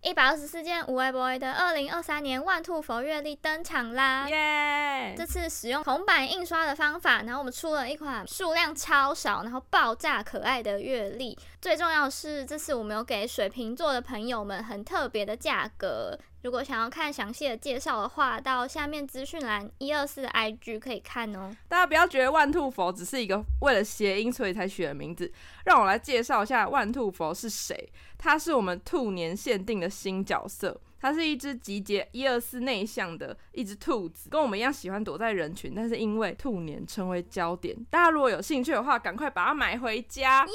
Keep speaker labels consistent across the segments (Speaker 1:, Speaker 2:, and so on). Speaker 1: 一百二十四件无微博的二零二三年万兔佛月历登场啦！
Speaker 2: 耶！
Speaker 1: 这次使用铜版印刷的方法，然后我们出了一款数量超少，然后爆炸可爱的月历。最重要的是，这次我们有给水瓶座的朋友们很特别的价格。如果想要看详细的介绍的话，到下面资讯栏一二四的 IG 可以看哦。
Speaker 2: 大家不要觉得万兔佛只是一个为了谐音所以才取的名字，让我来介绍一下万兔佛是谁。它是我们兔年限定的新角色，它是一只集结一二四内向的一只兔子，跟我们一样喜欢躲在人群，但是因为兔年成为焦点。大家如果有兴趣的话，赶快把它买回家。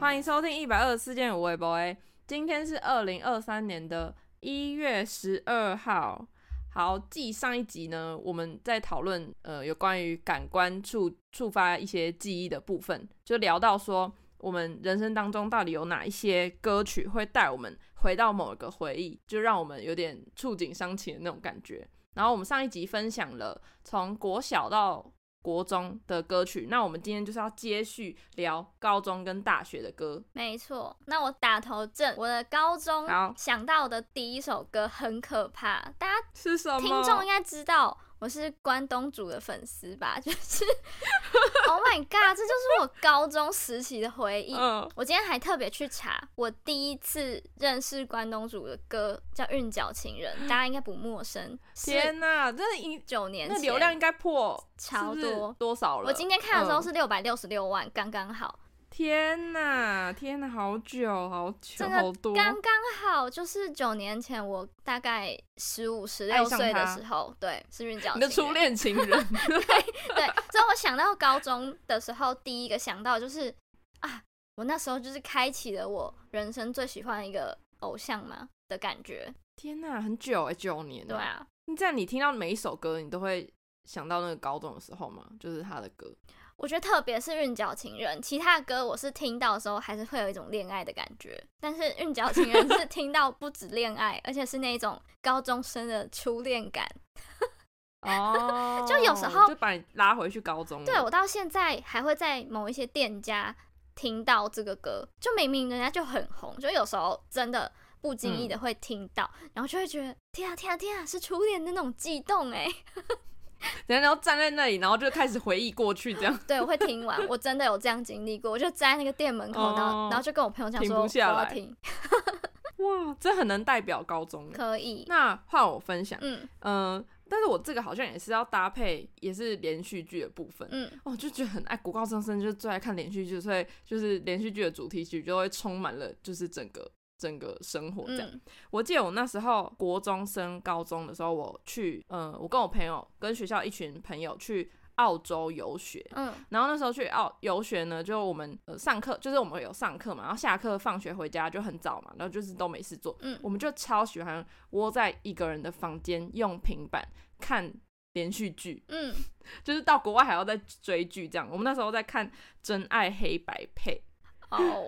Speaker 2: 欢迎收听一百二十四件无为 boy，今天是二零二三年的一月十二号。好，继上一集呢，我们在讨论呃有关于感官触触发一些记忆的部分，就聊到说我们人生当中到底有哪一些歌曲会带我们回到某一个回忆，就让我们有点触景伤情的那种感觉。然后我们上一集分享了从国小到国中的歌曲，那我们今天就是要接续聊高中跟大学的歌。
Speaker 1: 没错，那我打头阵，我的高中
Speaker 2: 好
Speaker 1: 想到的第一首歌很可怕，大家
Speaker 2: 是什么？
Speaker 1: 听众应该知道我是关东煮的粉丝吧？就是 ，Oh my god，这就是我高中时期的回忆。
Speaker 2: 嗯，
Speaker 1: 我今天还特别去查，我第一次认识关东煮的歌叫《韵脚情人》，大家应该不陌生。是
Speaker 2: 天哪，这一
Speaker 1: 九年
Speaker 2: 那
Speaker 1: 前，
Speaker 2: 流量应该破
Speaker 1: 超
Speaker 2: 是不
Speaker 1: 多
Speaker 2: 是多少了？
Speaker 1: 我今天看的时候
Speaker 2: 嗯
Speaker 1: 是六百六十六万，刚刚好，
Speaker 2: 天哪，天哪，好久好久，
Speaker 1: 真的
Speaker 2: 好多，
Speaker 1: 刚刚好，就是九年前我大概十五、十六
Speaker 2: 爱上
Speaker 1: 岁的
Speaker 2: 他
Speaker 1: 时候，对，是韵脚情
Speaker 2: 你的
Speaker 1: 人。
Speaker 2: 初恋 情人，
Speaker 1: 对，所以我想到高中的时候，第一个想到就是啊，我那时候就是开启了我人生最喜欢的一个偶像嘛的感觉。
Speaker 2: 天哪，很久哎、九年。
Speaker 1: 对，啊，
Speaker 2: 这样你听到每一首歌，你都会想到那个高中的时候吗？就是他的歌，
Speaker 1: 我觉得特别是《韵脚情人》，其他的歌我是听到的时候还是会有一种恋爱的感觉，但是《韵脚情人》是听到不止恋爱，而且是那一种高中生的初恋感。
Speaker 2: 哦
Speaker 1: 就有时候
Speaker 2: 就把你拉回去高中了。
Speaker 1: 对我到现在还会在某一些店家听到这个歌，就明明人家就很红，就有时候真的不经意
Speaker 2: 嗯
Speaker 1: 的会听到，然后就会觉得天啊天啊天啊，是初恋的那种悸动哎、
Speaker 2: 然后站在那里，然后就开始回忆过去，这样
Speaker 1: 对，我会听完，我真的有这样经历过，我就站在那个店门口，然后
Speaker 2: 哦
Speaker 1: 然后就跟我朋友讲
Speaker 2: 停
Speaker 1: 说
Speaker 2: 不
Speaker 1: 我
Speaker 2: 下
Speaker 1: 要
Speaker 2: 来
Speaker 1: 听，
Speaker 2: 哇，这很能代表高中。
Speaker 1: 可以，
Speaker 2: 那换我分享，
Speaker 1: 嗯
Speaker 2: 嗯、但是我这个好像也是要搭配，也是连续剧的部分。
Speaker 1: 嗯，
Speaker 2: 哦，就觉得很爱国高中生，就是最爱看连续剧，所以就是连续剧的主题曲就会充满了就是整个整个生活这样。
Speaker 1: 嗯
Speaker 2: 我记得我那时候国中升高中的时候，我去，嗯、我跟我朋友跟学校一群朋友去澳洲游学，
Speaker 1: 嗯
Speaker 2: 然后那时候去澳游学呢，就我们呃上课，就是我们有上课嘛，然后下课放学回家就很早嘛，然后就是都没事做，
Speaker 1: 嗯
Speaker 2: 我们就超喜欢窝在一个人的房间用平板看连续剧，
Speaker 1: 嗯，
Speaker 2: 就是到国外还要再追剧这样。我们那时候在看《真爱黑白配》，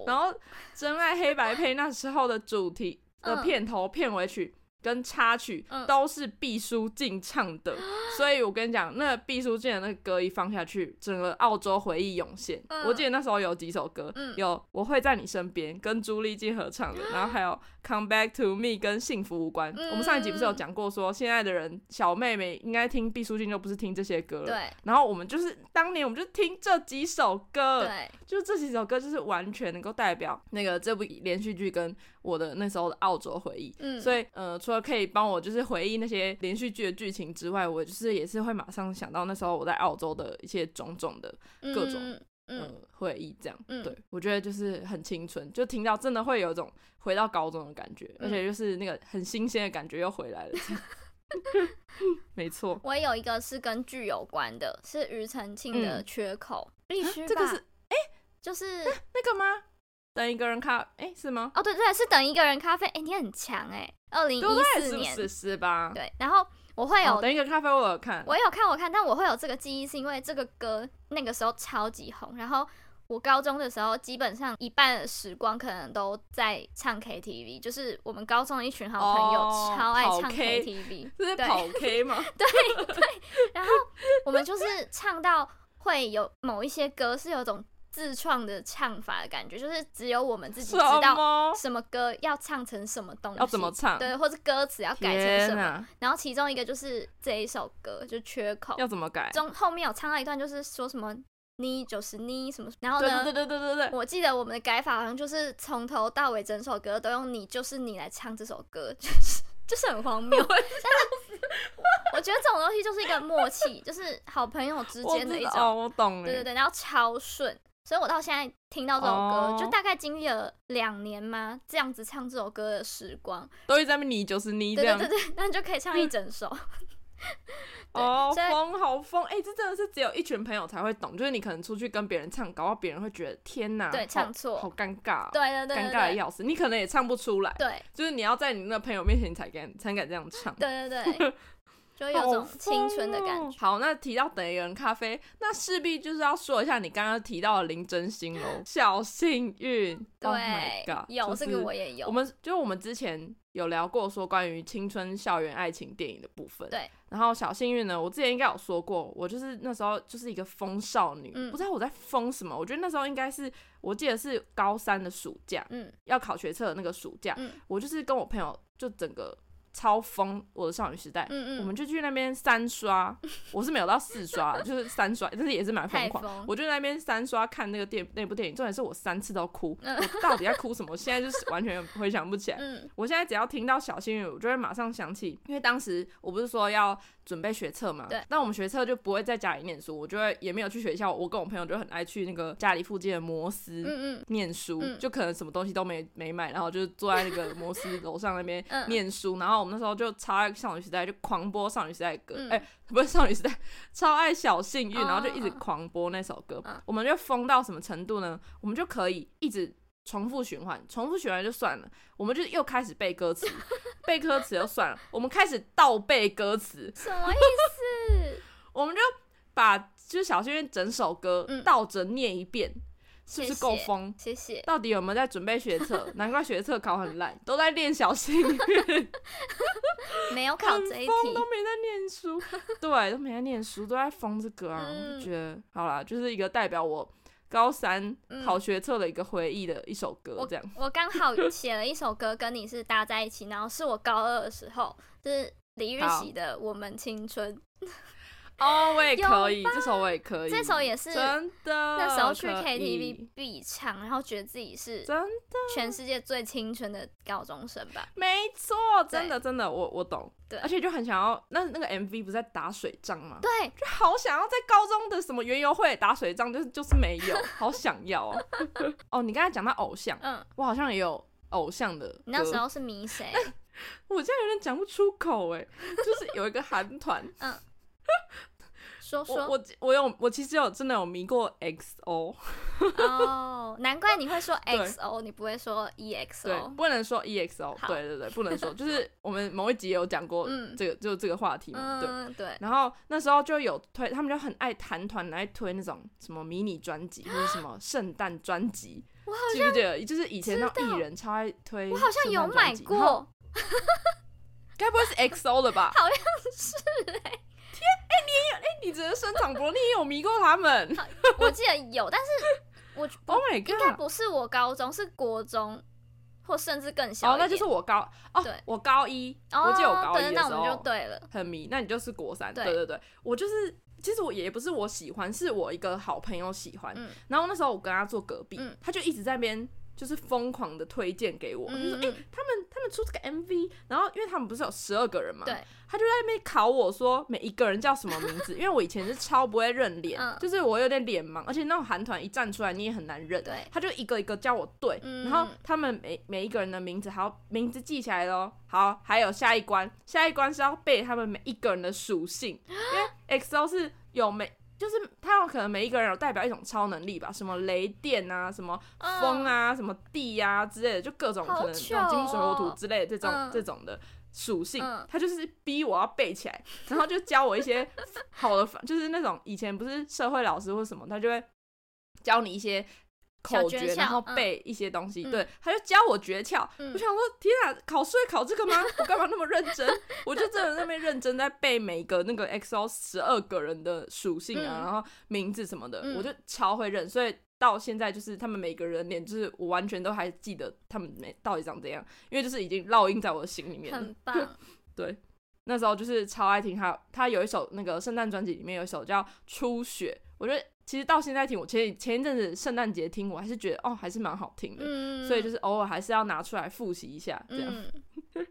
Speaker 2: 然
Speaker 1: 哦，
Speaker 2: 后《真爱黑白配》那时候的 主题的
Speaker 1: 嗯
Speaker 2: 片头、片尾曲跟插曲
Speaker 1: 嗯
Speaker 2: 都是毕书尽唱 的，所以我跟你讲，那毕书尽的那个歌一放下去，整个澳洲回忆涌现。
Speaker 1: 嗯
Speaker 2: 我记得那时候有几首歌，
Speaker 1: 嗯
Speaker 2: 有《我会在你身边》跟朱丽静合唱的，然后还有《Come Back to Me》跟《幸福无关》
Speaker 1: 嗯
Speaker 2: 我们上一集不是有讲过说，现在的人小妹妹应该听毕书尽就不是听这些歌了。
Speaker 1: 对
Speaker 2: 然后我们就是当年我们就听这几首歌，
Speaker 1: 对，
Speaker 2: 就是这几首歌就是完全能够代表那个这部连续剧跟我的那时候的澳洲回忆。
Speaker 1: 嗯，
Speaker 2: 所以，呃，除了可以帮我就是回忆那些连续剧的剧情之外，我就是也是会马上想到那时候我在澳洲的一些种种的
Speaker 1: 以
Speaker 2: 各种
Speaker 1: 嗯
Speaker 2: 呃、
Speaker 1: 嗯
Speaker 2: 回忆，这样。
Speaker 1: 嗯
Speaker 2: 对，我觉得就是很青春，就听到真的会有一种回到高中的感觉，
Speaker 1: 嗯
Speaker 2: 而且就是那个很新鲜的感觉又回来了。这样 没错，
Speaker 1: 我也有一个是跟剧有关的，是庾澄庆的《
Speaker 2: 嗯
Speaker 1: 缺口》必须吧
Speaker 2: 这个是
Speaker 1: 就是
Speaker 2: 那个吗？等一个人看，哎、是吗？
Speaker 1: 哦，对对，是等一个人咖啡。哎、你很强哎、2二零
Speaker 2: 对
Speaker 1: 一
Speaker 2: 不对？
Speaker 1: 四
Speaker 2: 是不
Speaker 1: 年
Speaker 2: 是是吧？
Speaker 1: 对，然后我会有、
Speaker 2: 哦，等一个咖啡我有看，
Speaker 1: 我有看我看，但我会有这个记忆，是因为这个歌那个时候超级红，然后。我高中的时候，基本上一半的时光可能都在唱 KTV，就是我们高中的一群好朋友
Speaker 2: 哦
Speaker 1: 超爱
Speaker 2: 跑
Speaker 1: 唱
Speaker 2: K
Speaker 1: KTV，
Speaker 2: 这是
Speaker 1: 对
Speaker 2: 跑 K 吗？
Speaker 1: 然后我们就是唱到会有某一些歌是有种自创的唱法的感觉，就是只有我们自己
Speaker 2: 什
Speaker 1: 知道
Speaker 2: 么？
Speaker 1: 什么歌要唱成什么东西，
Speaker 2: 啊要怎么 唱？
Speaker 1: 对，或者歌词要改成
Speaker 2: 天啊
Speaker 1: 什么。
Speaker 2: 哪，
Speaker 1: 然后其中一个就是这一首歌就缺口，
Speaker 2: 要怎么改？
Speaker 1: 中后面有唱到一段，就是说什么你就是你什么，然后
Speaker 2: 对
Speaker 1: 呢
Speaker 2: 对，对对对对对，
Speaker 1: 我记得我们的改法好像就是从头到尾整首歌都用“你就是你”来唱这首歌，就是就是很荒 谬。但是我觉得这种东西就是一个默契，就是好朋友之
Speaker 2: 我
Speaker 1: 间的
Speaker 2: 知
Speaker 1: 一
Speaker 2: 道
Speaker 1: 种，
Speaker 2: 哦，我懂了。
Speaker 1: 对对对，然后超顺。所以我到现在听到这首歌
Speaker 2: 哦
Speaker 1: 就大概经历了两年嘛，这样子唱这首歌的时光，
Speaker 2: 都一直在那边你就是你这
Speaker 1: 对对
Speaker 2: 样
Speaker 1: 对对，那你就可以唱一整 首。对
Speaker 2: 哦，
Speaker 1: 所以
Speaker 2: 疯好疯！哎、这真的是只有一群朋友才会懂，就是你可能出去跟别人唱，搞到别人会觉得天哪，
Speaker 1: 对
Speaker 2: 好
Speaker 1: 唱错
Speaker 2: 好尴尬哦、
Speaker 1: 对对对对
Speaker 2: 尴尬的
Speaker 1: 对
Speaker 2: 要死，你可能也唱不出来，
Speaker 1: 对
Speaker 2: 就是你要在你那朋友面前才敢才敢这样唱。
Speaker 1: 对对 对，就有种青春的感觉。
Speaker 2: 觉。好，那提到等一个人咖啡，那势必就是要说一下你刚刚提到的林真 心喽，小幸运。
Speaker 1: 对
Speaker 2: Oh my God,
Speaker 1: 有
Speaker 2: 就
Speaker 1: 这
Speaker 2: 是
Speaker 1: 个我也有
Speaker 2: 我。们就是我们之前有聊过说关于青春校园爱情电影的部分，
Speaker 1: 对。
Speaker 2: 然后小幸运呢，我之前应该有说过，我就是那时候就是一个疯少女，
Speaker 1: 嗯
Speaker 2: 不知道我在疯什么。我觉得那时候应该是，我记得是高三的暑假，
Speaker 1: 嗯，
Speaker 2: 要考学测的那个暑假，
Speaker 1: 嗯
Speaker 2: 我就是跟我朋友就整个超疯我的少女时代，
Speaker 1: 嗯嗯，
Speaker 2: 我们就去那边 三刷，我是没有到四刷，就是三刷，但是也是蛮疯
Speaker 1: 太
Speaker 2: 狂。
Speaker 1: 疯。
Speaker 2: 我就在那边三刷看那个电那部电影，重点是我三次都哭，
Speaker 1: 嗯
Speaker 2: 我到底在哭什么？我现在就是完全回想不起来。
Speaker 1: 嗯
Speaker 2: 我现在只要听到小幸运，我就会马上想起，因为当时我不是说要准备学测嘛，
Speaker 1: 对，
Speaker 2: 那我们学测就不会在家里念书，我就会也没有去学校，我跟我朋友就很爱去那个家里附近的摩斯。
Speaker 1: 嗯嗯
Speaker 2: 念书、
Speaker 1: 嗯
Speaker 2: 就可能什么东西都没没买，然后就坐在那个摩斯楼上那边
Speaker 1: 嗯
Speaker 2: 念书、然后我们那时候就超爱少女时代，就狂播少女时代的歌，哎、
Speaker 1: 嗯
Speaker 2: 不是少女时代，超爱小幸运，
Speaker 1: 哦
Speaker 2: 然后就一直
Speaker 1: 哦哦
Speaker 2: 狂播那首歌、
Speaker 1: 嗯
Speaker 2: 我们就疯到什么程度呢？我们就可以一直重复循环，重复循环就算了，我们就又开始背歌词， 背歌词就算了，我们开始倒背歌词，
Speaker 1: 什么意思？
Speaker 2: 我们就把就是小幸运整首歌
Speaker 1: 嗯
Speaker 2: 倒着念一遍，是不
Speaker 1: 谢
Speaker 2: 是够
Speaker 1: 谢
Speaker 2: 疯？
Speaker 1: 谢谢。
Speaker 2: 到底有没有在准备学 测？难怪学测考很烂，都在练小幸运，
Speaker 1: 没有考
Speaker 2: 很
Speaker 1: 这一
Speaker 2: 疯，哦都
Speaker 1: 题，
Speaker 2: 没在念书。对，都没在念书，都在疯这个啊！
Speaker 1: 嗯
Speaker 2: 我就觉得，好啦，就是一个代表我高三
Speaker 1: 嗯
Speaker 2: 考学测的一个回忆的一首歌，这样。
Speaker 1: 我刚好写了一首歌跟你是搭在一起，然后是我高二的时候，就是李玉
Speaker 2: 好
Speaker 1: 玺的《我们青春》，
Speaker 2: 哦，我也
Speaker 1: 有
Speaker 2: 可以，这首我也可以，
Speaker 1: 这首也是
Speaker 2: 真的。
Speaker 1: 那时候去
Speaker 2: 可以
Speaker 1: KTV 必唱，然后觉得自己是
Speaker 2: 真
Speaker 1: 全世界最清纯的高中生吧。
Speaker 2: 没错，真的真的，我我懂。
Speaker 1: 对
Speaker 2: 而且就很想要，那那个 MV 不是在打水仗吗？
Speaker 1: 对，
Speaker 2: 就好想要在高中的什么园游会打水仗，就是就是没有， 好想要哦。 哦，你刚才讲到偶像，
Speaker 1: 嗯，
Speaker 2: 我好像也有偶像的歌。
Speaker 1: 你那时候是迷谁？
Speaker 2: 哎我现在有点讲不出 口哎，就是有一个韩团，
Speaker 1: 说
Speaker 2: 我
Speaker 1: 说
Speaker 2: 我我有我其实有真的有迷过 XO，
Speaker 1: 哦，难怪你会说
Speaker 2: 对
Speaker 1: XO，你不会说 E
Speaker 2: 对，
Speaker 1: EXO。
Speaker 2: 不能说 EXO，
Speaker 1: 好
Speaker 2: 对对对，不能说，就是我们某一集也有讲过
Speaker 1: 嗯
Speaker 2: 这个、就这个话题嘛，对。
Speaker 1: 嗯，对，
Speaker 2: 然后那时候就有推，他们就很爱韩团，很爱推那种什么迷你专辑或者什么圣诞专辑，记不记得？就是以前那种艺人超爱推，
Speaker 1: 我好像有买，过。
Speaker 2: 该不会是 XO 的吧？
Speaker 1: 好像 是哎、
Speaker 2: 哎你只能生长博，你也有迷过 他们
Speaker 1: 我记得有，但是我不
Speaker 2: ？Oh my
Speaker 1: 应该
Speaker 2: god！
Speaker 1: 不是我高中，是国中，或甚至更小
Speaker 2: 哦
Speaker 1: 一，点。
Speaker 2: 那就是我高哦
Speaker 1: 对，
Speaker 2: 我高一，
Speaker 1: 哦，
Speaker 2: 我记得我高一
Speaker 1: 对，
Speaker 2: 的
Speaker 1: 那
Speaker 2: 时
Speaker 1: 我们就
Speaker 2: 候
Speaker 1: 对了，
Speaker 2: 很迷，那你就是国三，
Speaker 1: 对
Speaker 2: 对对对，我就是。其实我也不是我喜欢，是我一个好朋友喜欢。
Speaker 1: 嗯
Speaker 2: 然后那时候我跟他坐隔壁，
Speaker 1: 嗯
Speaker 2: 他就一直在那边就是疯狂的推荐给我，就说
Speaker 1: 嗯，嗯
Speaker 2: 他们他们出这个 MV，然后因为他们不是有十二个人嘛，
Speaker 1: 对，
Speaker 2: 他就在那边考我说每一个人叫什么名字，因为我以前是超不会 认脸，
Speaker 1: 嗯
Speaker 2: 就是我有点脸盲，而且那种韩团一站出来你也很难认，
Speaker 1: 对
Speaker 2: 他就一个一个叫我对，
Speaker 1: 嗯
Speaker 2: 然后他们每每一个人的名字，好名字记起来咯，好，还有下一关，下一关是要背他们每一个人的属性，因为 XO 是有每。就是他有可能每一个人有代表一种超能力吧，什么雷电啊，什么
Speaker 1: 嗯
Speaker 2: 风，啊、什么地啊之类的，就各种
Speaker 1: 好
Speaker 2: 可能
Speaker 1: 糗
Speaker 2: 那种金木水火土
Speaker 1: 哦
Speaker 2: 之类的这种、
Speaker 1: 嗯
Speaker 2: 这种的属性
Speaker 1: 嗯，
Speaker 2: 他就是逼我要背 起来，然后就教我一些好的方，就是那种以前不是社会老师或什么，他就会教你一些。
Speaker 1: 小
Speaker 2: 口
Speaker 1: 诀
Speaker 2: 诀，
Speaker 1: 窍
Speaker 2: 然后
Speaker 1: 嗯
Speaker 2: 背一些东西，
Speaker 1: 嗯
Speaker 2: 对，他就教我诀窍。
Speaker 1: 嗯
Speaker 2: 我想说，天啊，考试会考这 个吗？我干嘛那么认真？我就真的在那边认真在背每个那个 XO 十二个人的属性啊，
Speaker 1: 嗯
Speaker 2: 然后名字什么的，
Speaker 1: 嗯
Speaker 2: 我就超会认，所以到现在就是他们每个人脸，就是我完全都还记得他们每到底长怎样，因为就是已经烙印在我的心里面
Speaker 1: 嗯
Speaker 2: 了。
Speaker 1: 很棒。
Speaker 2: 那时候就是超爱听他，他有一首那个圣诞专辑里面有一首叫《初雪》，我觉得其实到现在听，我前前一阵子圣诞节听，我还是觉得哦还是蛮好听的，
Speaker 1: 嗯，
Speaker 2: 所以就是偶尔还是要拿出来复习一下，这样。
Speaker 1: 嗯。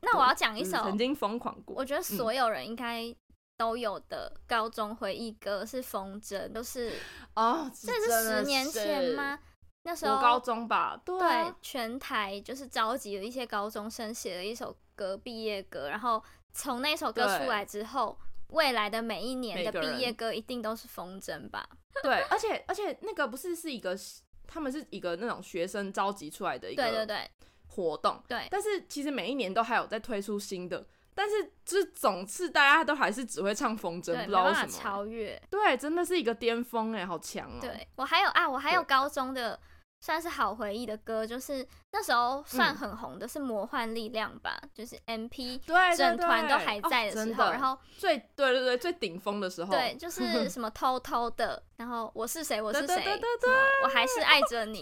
Speaker 1: 那我要讲 一
Speaker 2: 嗯
Speaker 1: 首，
Speaker 2: 曾经疯狂过嗯
Speaker 1: 我，觉得所有人应该都有的高中回忆歌是《风筝》，都 是
Speaker 2: 哦，
Speaker 1: 这是十年前？吗？那时候
Speaker 2: 我高中吧，对啊
Speaker 1: 对，全台就是召集了一些高中生写了一首歌毕业歌，然后从那首歌
Speaker 2: 对
Speaker 1: 出来之后，未来的每一年
Speaker 2: 每
Speaker 1: 的
Speaker 2: 个人
Speaker 1: 毕业歌一定都是风筝吧？
Speaker 2: 对，而且而且那个不是是一个，他们是一个那种学生召集出来的一
Speaker 1: 对对
Speaker 2: 个
Speaker 1: 对
Speaker 2: 活动，
Speaker 1: 对，
Speaker 2: 但是其实每一年都还有在推出新的，但是就是总是大家都还是只会唱风筝，
Speaker 1: 对
Speaker 2: 不知
Speaker 1: 没
Speaker 2: 道为
Speaker 1: 办法
Speaker 2: 什么。
Speaker 1: 超越。
Speaker 2: 对，真的是一个巅峰哎，好强哦、
Speaker 1: 对我还有啊，我还有
Speaker 2: 对
Speaker 1: 高中的算是好回忆的歌，就是那时候算
Speaker 2: 嗯
Speaker 1: 很红的是《魔幻力量》吧，就是 MP。
Speaker 2: 对对对，
Speaker 1: 整团都还
Speaker 2: 哦
Speaker 1: 在的哦时
Speaker 2: 真
Speaker 1: 候，
Speaker 2: 的
Speaker 1: 然后
Speaker 2: 最对对对最顶峰的时候，
Speaker 1: 对，就是什么偷偷的，然什么我是谁，我
Speaker 2: 对
Speaker 1: 是
Speaker 2: 对
Speaker 1: 谁，
Speaker 2: 对对
Speaker 1: 什么我还是爱着你，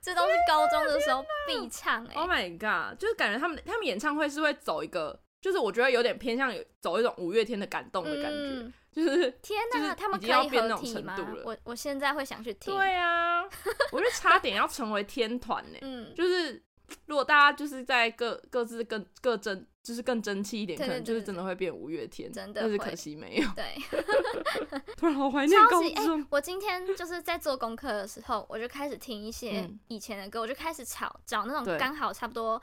Speaker 1: 这都是高中的时候必唱哎、
Speaker 2: o h，Oh my god，就是感觉他们他们演唱会是会走一个，就是我觉得有点偏向有走一种五月天的感动的感觉，
Speaker 1: 嗯，
Speaker 2: 就是
Speaker 1: 天
Speaker 2: 就
Speaker 1: 哪，
Speaker 2: 是
Speaker 1: 他们
Speaker 2: 已
Speaker 1: 可
Speaker 2: 经要
Speaker 1: 以
Speaker 2: 变那
Speaker 1: 合
Speaker 2: 种
Speaker 1: 体
Speaker 2: 程
Speaker 1: 吗
Speaker 2: 度了？
Speaker 1: 我我现在会想去听，
Speaker 2: 对啊，我就差点要成为天团呢、
Speaker 1: 嗯，
Speaker 2: 就是如果大家就是在各各自更各争，就是更争气一点，
Speaker 1: 对
Speaker 2: 可
Speaker 1: 对
Speaker 2: 能就是
Speaker 1: 对
Speaker 2: 真的会变五月天，
Speaker 1: 真的
Speaker 2: 但是
Speaker 1: 会
Speaker 2: 可惜没有。
Speaker 1: 对。
Speaker 2: 突然好怀念
Speaker 1: 超
Speaker 2: 高
Speaker 1: 级哎、
Speaker 2: 中，
Speaker 1: 我今天就是在做功课的时候，我就开始听一些
Speaker 2: 嗯
Speaker 1: 以前的歌，我就开始找找那
Speaker 2: 对
Speaker 1: 种刚好差不多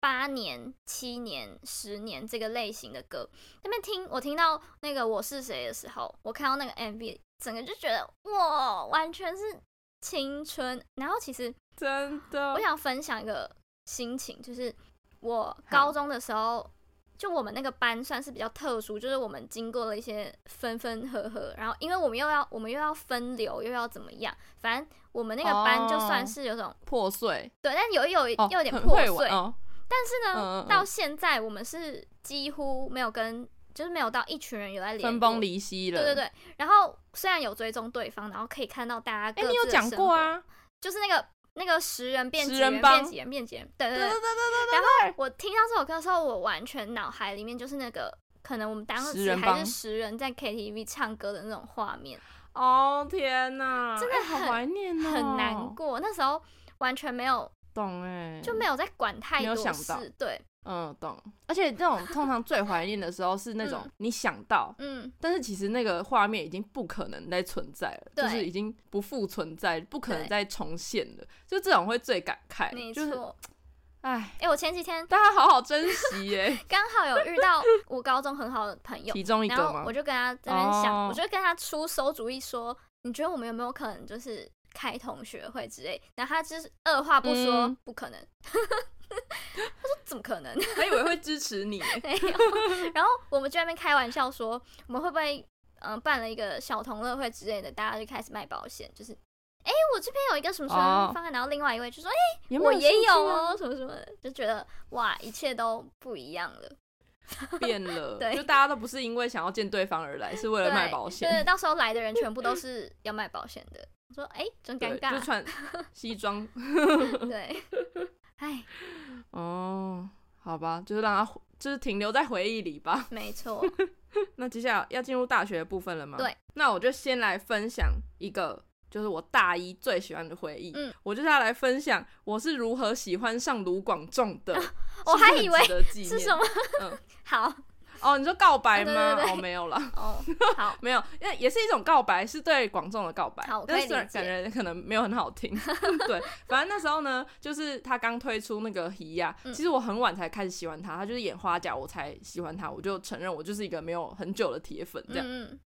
Speaker 1: 八年、七年、十年这个类型的歌。那边听我听到那个我是谁的时候，我看到那个 MV，整个就觉得哇，完全是青春。然后其实
Speaker 2: 真的
Speaker 1: 我。想分享一个心情，就是我高中的时候，就我们那个班算是比较特殊，就是我们经过了一些分分合合，然后因为我们又要我们又要分流，又要怎么样，反正我们那个班就算是有种、
Speaker 2: 破碎
Speaker 1: 对，但有有
Speaker 2: 哦
Speaker 1: 又，有点
Speaker 2: 很
Speaker 1: 破
Speaker 2: 会
Speaker 1: 碎，
Speaker 2: 玩哦，
Speaker 1: 但是呢，
Speaker 2: 嗯嗯嗯
Speaker 1: 到现在我们是几乎没有跟，就是没有到一群人有在联
Speaker 2: 分崩
Speaker 1: 络
Speaker 2: 离析了。
Speaker 1: 对对对，然后虽然有追踪对方，然后可以看到大家各
Speaker 2: 哎，
Speaker 1: 自
Speaker 2: 你有
Speaker 1: 的
Speaker 2: 讲
Speaker 1: 生
Speaker 2: 过
Speaker 1: 活，
Speaker 2: 啊？
Speaker 1: 就是那个那个十人变
Speaker 2: 十
Speaker 1: 几
Speaker 2: 人
Speaker 1: 人
Speaker 2: 帮
Speaker 1: 变几人变几人，对对
Speaker 2: 对
Speaker 1: 对
Speaker 2: 对，对
Speaker 1: 我听到这首歌的时候，我完全脑海里面就是那个可能我们当
Speaker 2: 十
Speaker 1: 时
Speaker 2: 人帮
Speaker 1: 还是十人在 KTV 唱歌的那种画面，
Speaker 2: 对！哦天哪，
Speaker 1: 真的
Speaker 2: 哎好
Speaker 1: 很
Speaker 2: 怀念哦，
Speaker 1: 很难，过。那时候完全没有
Speaker 2: 懂哎，
Speaker 1: 就没有在管太
Speaker 2: 没有
Speaker 1: 多
Speaker 2: 想到
Speaker 1: 事，对，
Speaker 2: 嗯懂。而且那种通常最怀念的时候是那种你想到，
Speaker 1: 嗯，
Speaker 2: 但是其实那个画面已经不可能再存在了，
Speaker 1: 对
Speaker 2: 就是已经不复存在，不可能
Speaker 1: 对
Speaker 2: 再重现了。就这种会最感慨，
Speaker 1: 没
Speaker 2: 就是
Speaker 1: 错。
Speaker 2: 哎，
Speaker 1: 哎、我前几天
Speaker 2: 大家好好珍惜 耶。
Speaker 1: 刚好有遇到 我高中很好的朋友，
Speaker 2: 其中一个
Speaker 1: 然后
Speaker 2: 吗
Speaker 1: 我？就跟他这边想，
Speaker 2: 哦
Speaker 1: 我就跟他出馊主意说，你觉得我们有没有可能就是开同学会之类？然后他就是二话不说，
Speaker 2: 嗯
Speaker 1: 不可能。 他说怎么可能？
Speaker 2: 还以为会支持你耶，
Speaker 1: 没有。然后我们就在那边开玩笑说，我们会不会嗯、呃办了一个小同乐会之类的，大家就开始卖保险，就是哎、诶我这边有一个什么什
Speaker 2: 哦
Speaker 1: 么方案，然后另外一位就说哎、诶
Speaker 2: 有没
Speaker 1: 我
Speaker 2: 有
Speaker 1: 也
Speaker 2: 兴趣
Speaker 1: 有
Speaker 2: 啊
Speaker 1: 哦，什么什么的，就觉得哇一切都不一样了。
Speaker 2: 变了，
Speaker 1: 对
Speaker 2: 就大家都不是因为想要见对方而来，是为了
Speaker 1: 对，
Speaker 2: 呃卖保
Speaker 1: 对，
Speaker 2: 险，
Speaker 1: 到时候来的人全部都是要卖保险的。我说哎、诶真
Speaker 2: 对
Speaker 1: 尴
Speaker 2: 就
Speaker 1: 尬，
Speaker 2: 穿西装。
Speaker 1: 对，哎，
Speaker 2: 哦，好吧，就是让他就是停留在回忆里吧。
Speaker 1: 没错，
Speaker 2: 那接下来要进入大学的部分了吗？
Speaker 1: 对，
Speaker 2: 那我就先来分享一个，就是我大一最喜欢的回忆。
Speaker 1: 嗯，
Speaker 2: 我就是要来分享我是如何喜欢上卢广仲的。
Speaker 1: 我还以为是
Speaker 2: 是
Speaker 1: 什么？
Speaker 2: 嗯
Speaker 1: 好
Speaker 2: 哦，你说告白吗？
Speaker 1: 对对对
Speaker 2: 哦，没有啦。
Speaker 1: 哦，好，
Speaker 2: 没有，因为也是一种告白，是对广众的告白。
Speaker 1: 好我可以
Speaker 2: 但是虽然
Speaker 1: 理解
Speaker 2: 感觉可能没有很 好听。对，反正那时候呢，就是他刚推出那个《希亚》，
Speaker 1: 嗯
Speaker 2: 其实我很晚才开始喜欢他，他就是演花甲我才喜欢他，我就承认我就是一个没有很久的铁粉这样。
Speaker 1: 嗯嗯，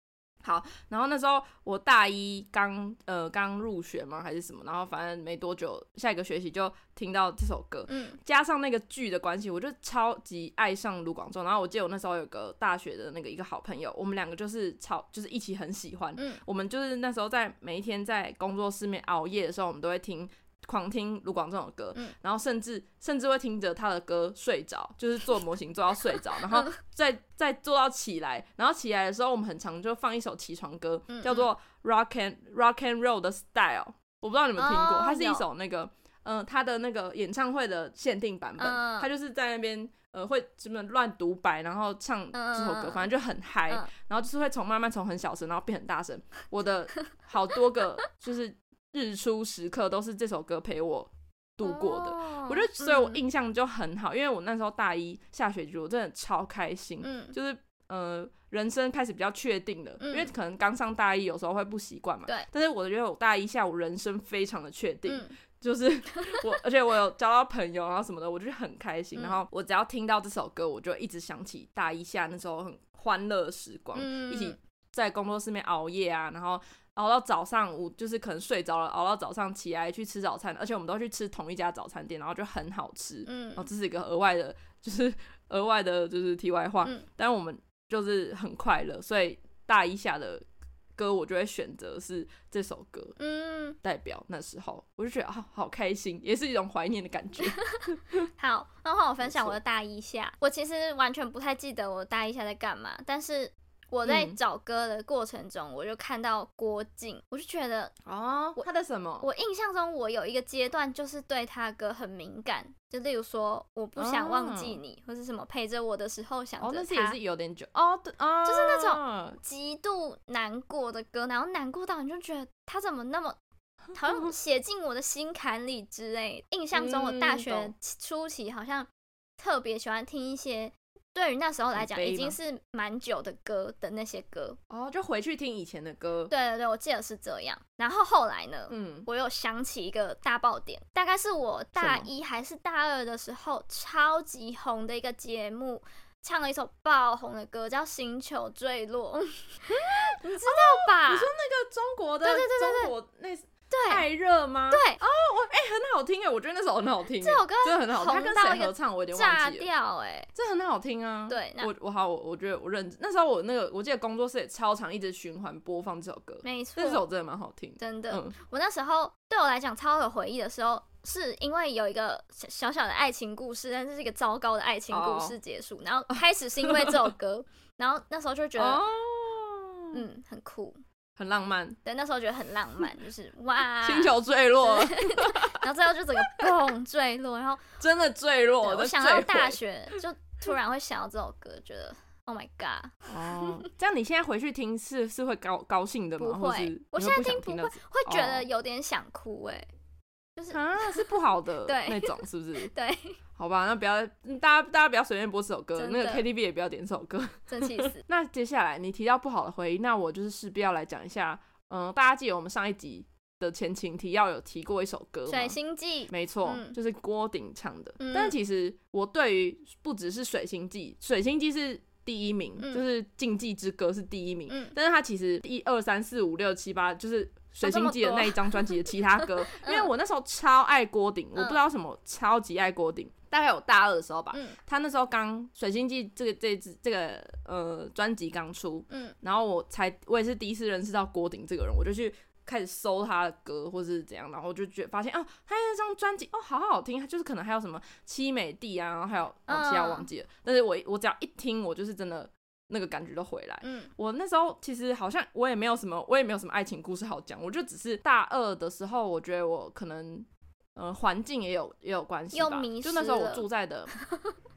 Speaker 2: 然后那时候我大一刚呃刚入学嘛还是什么，然后反正没多久，下一个学期就听到这首歌，
Speaker 1: 嗯，
Speaker 2: 加上那个剧的关系，我就超级爱上卢广仲。然后我记得我那时候有个大学的那个一个好朋友，我们两个就是超就是一起很喜欢。
Speaker 1: 嗯
Speaker 2: 我们就是那时候在每一天在工作室面熬夜的时候，我们都会听狂听卢广仲的歌，
Speaker 1: 嗯
Speaker 2: 然后甚至甚至会听着他的歌睡着，就是做模型做到睡着，然 后再再做到起来，然后起来的时候，我们很常就放一首起床歌，
Speaker 1: 嗯
Speaker 2: 叫做 Rock and Rock and Roll 的 Style。我不知道你们听过，
Speaker 1: 哦
Speaker 2: 它是一
Speaker 1: 有
Speaker 2: 首那个，嗯、他的那个演唱会的限定版本，
Speaker 1: 嗯嗯
Speaker 2: 他就是在那边呃会什么乱独白，然后唱这首
Speaker 1: 嗯
Speaker 2: 歌，
Speaker 1: 嗯嗯
Speaker 2: 反正就很嗨、
Speaker 1: 嗯
Speaker 2: 然后就是会从慢慢从很小声，然后变很大声。我的好多个就是日出时刻都是这首歌陪我度过的。
Speaker 1: 哦
Speaker 2: 我觉得，所以我
Speaker 1: 嗯
Speaker 2: 印象就很好，因为我那时候大一下学期，我真的超开心，
Speaker 1: 嗯，
Speaker 2: 就是呃，人生开始比较确定了，
Speaker 1: 嗯
Speaker 2: 因为可能刚上大一，有时候会不习惯嘛。
Speaker 1: 对。
Speaker 2: 但是我觉得我大一下我人生非常的确定，
Speaker 1: 嗯
Speaker 2: 就是 我，而且我有交到朋友，然后啊什么的，我就是很开心。
Speaker 1: 嗯
Speaker 2: 然后我只要听到这首歌，我就一直想起大一下那时候很欢乐的时光，
Speaker 1: 嗯
Speaker 2: 一起在工作室里面熬夜啊，然后。熬到早上，我就是可能睡着了，熬到早上起来去吃早餐，而且我们都去吃同一家早餐店，然后就很好吃。
Speaker 1: 嗯
Speaker 2: 哦，这是一个额外的，就是 额外的，就是题外话。
Speaker 1: 嗯
Speaker 2: 但我们就是很快乐，所以大一下的歌我就会选择是这首歌
Speaker 1: 嗯，
Speaker 2: 代表那时候，我就觉得啊、好开心，也是一种怀念的 感觉。
Speaker 1: 好，然后我分享
Speaker 2: 没错
Speaker 1: 我的大一下。我其实完全不太记得我大一下在干嘛，但是我在
Speaker 2: 嗯
Speaker 1: 找歌的过程中，我就看到郭靖，我就觉得
Speaker 2: 哦，他的什么？
Speaker 1: 我印象中，我有一个阶段就是对他歌很敏感，就例如说我不想忘记你，或是什么陪着我的时候想
Speaker 2: 哦，那
Speaker 1: 着
Speaker 2: 是也
Speaker 1: 他，
Speaker 2: 是有点久哦，对，哦、
Speaker 1: 就是那
Speaker 2: 种
Speaker 1: 极度难过的歌，然后难过到你就觉得他怎么那么。好 像写进我的心坎里之类。印象中，我大
Speaker 2: 嗯
Speaker 1: 学
Speaker 2: 懂
Speaker 1: 初期好像特别喜欢听一些对于那时候来讲
Speaker 2: 很悲
Speaker 1: 已经
Speaker 2: 吗
Speaker 1: 是蛮久的歌的那些歌。
Speaker 2: 哦，就回去听以前的歌。，
Speaker 1: 对对对，我记得是这样。然后后来呢，
Speaker 2: 嗯，
Speaker 1: 我有想起一个大爆点，大概是我大
Speaker 2: 什么
Speaker 1: 一还是大二的时候超级红的一个节目，唱了一首爆红的歌，叫《星球坠 落》，哦你知道吧？
Speaker 2: 你说那个中国的，
Speaker 1: 对对对对
Speaker 2: 中国那是
Speaker 1: 对
Speaker 2: 爱热吗？
Speaker 1: 对，
Speaker 2: 很好听哎，我觉得那首很好听耶，
Speaker 1: 这首歌
Speaker 2: 真的很好。他
Speaker 1: 红
Speaker 2: 跟
Speaker 1: 到
Speaker 2: 谁
Speaker 1: 一个
Speaker 2: 合唱？我有点
Speaker 1: 炸
Speaker 2: 忘记了。
Speaker 1: 掉哎、
Speaker 2: 这很好听啊！
Speaker 1: 对那
Speaker 2: 我我好，我我觉得我认那时候我那个我记得工作室也超常一直循环播放这首歌，
Speaker 1: 没错
Speaker 2: 这，首真的蛮好听的。
Speaker 1: 真的，
Speaker 2: 嗯，
Speaker 1: 我那时候对我来讲超有回忆的时候，是因为有一个小小小的爱情故事，但是是一个糟糕的爱情故事结束然后开始是因为这首 歌，然后那时候就觉得、
Speaker 2: 哦，嗯，
Speaker 1: 嗯很酷，
Speaker 2: 很浪漫，
Speaker 1: 对，那时候觉得很浪漫，就是 哇，
Speaker 2: 星球坠落，
Speaker 1: 然后最后就整个嘣坠落，然后
Speaker 2: 真的坠
Speaker 1: 对
Speaker 2: 落，
Speaker 1: 我
Speaker 2: 在
Speaker 1: 想到
Speaker 2: 哦坠
Speaker 1: 大
Speaker 2: 毁
Speaker 1: 学就突然会想到这首歌，觉得 Oh my God，
Speaker 2: 哦。这样你现在回去听是是会高高兴的吗？
Speaker 1: 不会
Speaker 2: 或是
Speaker 1: 我
Speaker 2: 你
Speaker 1: 现在
Speaker 2: 不
Speaker 1: 听
Speaker 2: 想
Speaker 1: 不
Speaker 2: 听
Speaker 1: 会
Speaker 2: 到
Speaker 1: 会觉得
Speaker 2: 哦
Speaker 1: 有点想哭哎、就是
Speaker 2: 啊是不好的
Speaker 1: 对
Speaker 2: 那种，是不 是？
Speaker 1: 对，
Speaker 2: 好吧，那不要嗯大家大家不要随便播这首歌，
Speaker 1: 真
Speaker 2: 那个
Speaker 1: 的
Speaker 2: KTV 也不要点这首歌。，
Speaker 1: 真气死
Speaker 2: 那接下来你提到不好的回忆，那我就是势必要来讲一下。嗯、大家记得我们上一集的前情提要有提过一首歌吗？
Speaker 1: 水星 记，
Speaker 2: 没错，
Speaker 1: 嗯
Speaker 2: 就是郭顶唱的。
Speaker 1: 嗯
Speaker 2: 但其实我对于不只是《水星记》，《水星记》是第一名，
Speaker 1: 嗯
Speaker 2: 就是《禁忌之歌》是第一名，
Speaker 1: 嗯
Speaker 2: 但是它其实一二三四五六七八就是。水星记的那一张专辑的其他 歌，因为我那时候超爱郭顶，我不知道为什么超级爱郭顶，大概有大二的时候吧，
Speaker 1: 嗯
Speaker 2: 他那时候刚《水星记》这个这支这个呃专辑刚出，
Speaker 1: 嗯
Speaker 2: 然后我才我也是第一次认识到郭顶这个人，我就去开始搜他的歌或是怎样，然后我就觉发现啊，他那张专辑哦好好听，他就是可能还有什么凄美地啊，然后还有哦其他我忘记了，但是我我只要一听，我就是真的那个感觉都回来。
Speaker 1: 嗯
Speaker 2: 我那时候其实好像我也没有什么，我也没有什么爱情故事好讲，我就只是大二的时候，我觉得我可能，呃，环境也有也有关系
Speaker 1: 又
Speaker 2: 吧
Speaker 1: 迷。
Speaker 2: 就那时候
Speaker 1: 失
Speaker 2: 我
Speaker 1: 了嗯
Speaker 2: 住在 的，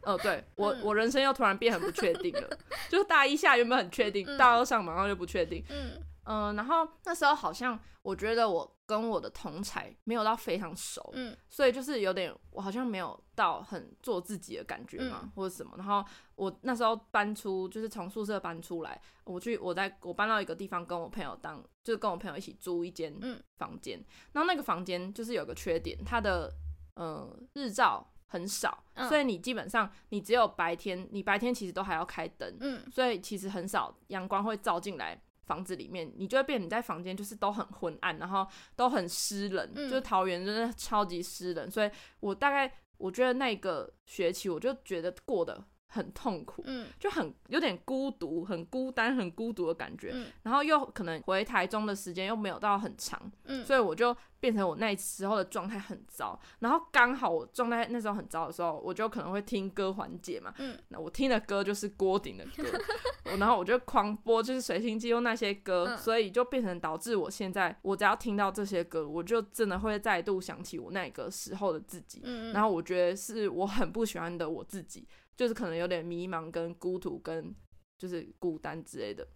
Speaker 2: 呃，对我我人生又突然变很不确定了，就是大一下原本很确定，
Speaker 1: 嗯
Speaker 2: 大二上马上就不确定。
Speaker 1: 嗯
Speaker 2: 嗯、然后那时候好像我觉得我跟我的同才没有到非常熟，
Speaker 1: 嗯
Speaker 2: 所以就是有点，我好像没有到很做自己的感觉嘛，
Speaker 1: 嗯
Speaker 2: 或者什么。然后我那时候搬出，就是从宿舍搬出来，我去我在我搬到一个地方，跟我朋友当就是跟我朋友一起租一间
Speaker 1: 嗯
Speaker 2: 房间。然后那个房间就是有个缺点，它的呃日照很少，
Speaker 1: 嗯
Speaker 2: 所以你基本上你只有白天，你白天其实都还要开灯，
Speaker 1: 嗯
Speaker 2: 所以其实很少阳光会照进来房子里面，你就会变你在房间就是都很昏暗，然后都很湿冷，
Speaker 1: 嗯
Speaker 2: 就是桃园真的超级湿冷，所以我大概我觉得那个学期我就觉得过得很痛苦，
Speaker 1: 嗯
Speaker 2: 就很有点孤独、很孤单、很孤独的感觉。
Speaker 1: 嗯
Speaker 2: 然后又可能回台中的时间又没有到很长，
Speaker 1: 嗯
Speaker 2: 所以我就变成我那时候的状态很糟。然后刚好我状态那时候很糟的时候，我就可能会听歌缓解嘛。
Speaker 1: 嗯
Speaker 2: 那我听的歌就是郭顶的 歌，我然后我就狂播就是随心记录那些歌，
Speaker 1: 嗯
Speaker 2: 所以就变成导致我现在我只要听到这些歌，我就真的会再度想起我那个时候的自己。
Speaker 1: 嗯，
Speaker 2: 然
Speaker 1: 后
Speaker 2: 后我觉得是我很不喜欢的我自己，就是可能有点迷茫、跟孤独、跟就是孤单之类的。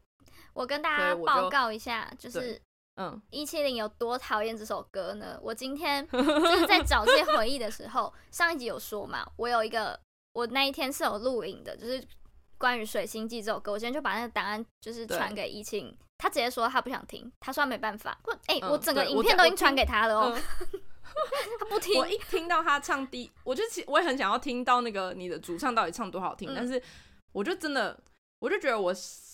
Speaker 1: 我跟大
Speaker 2: 所以
Speaker 1: 家
Speaker 2: 我就
Speaker 1: 报告一下，就是
Speaker 2: 对嗯，
Speaker 1: 一七零有多讨厌这首歌呢？我今天 就是在找这些回忆的时候，上一集有说嘛，我有一个，我那一天是有录影的，就是关于《水星记》这首歌，我今天就把那个档案就是
Speaker 2: 对
Speaker 1: 传给一清，他直接说他不想听，他说他没办法。我哎、
Speaker 2: 嗯
Speaker 1: 我整个
Speaker 2: 对
Speaker 1: 影
Speaker 2: 我
Speaker 1: 片
Speaker 2: 在
Speaker 1: 都已
Speaker 2: 我
Speaker 1: 经传给他了哦，
Speaker 2: 嗯
Speaker 1: 他不听
Speaker 2: 我。一听到他唱第，我就其我也很想要听到那个你的主唱到底唱多好听，
Speaker 1: 嗯
Speaker 2: 但是我就真的，我就觉得我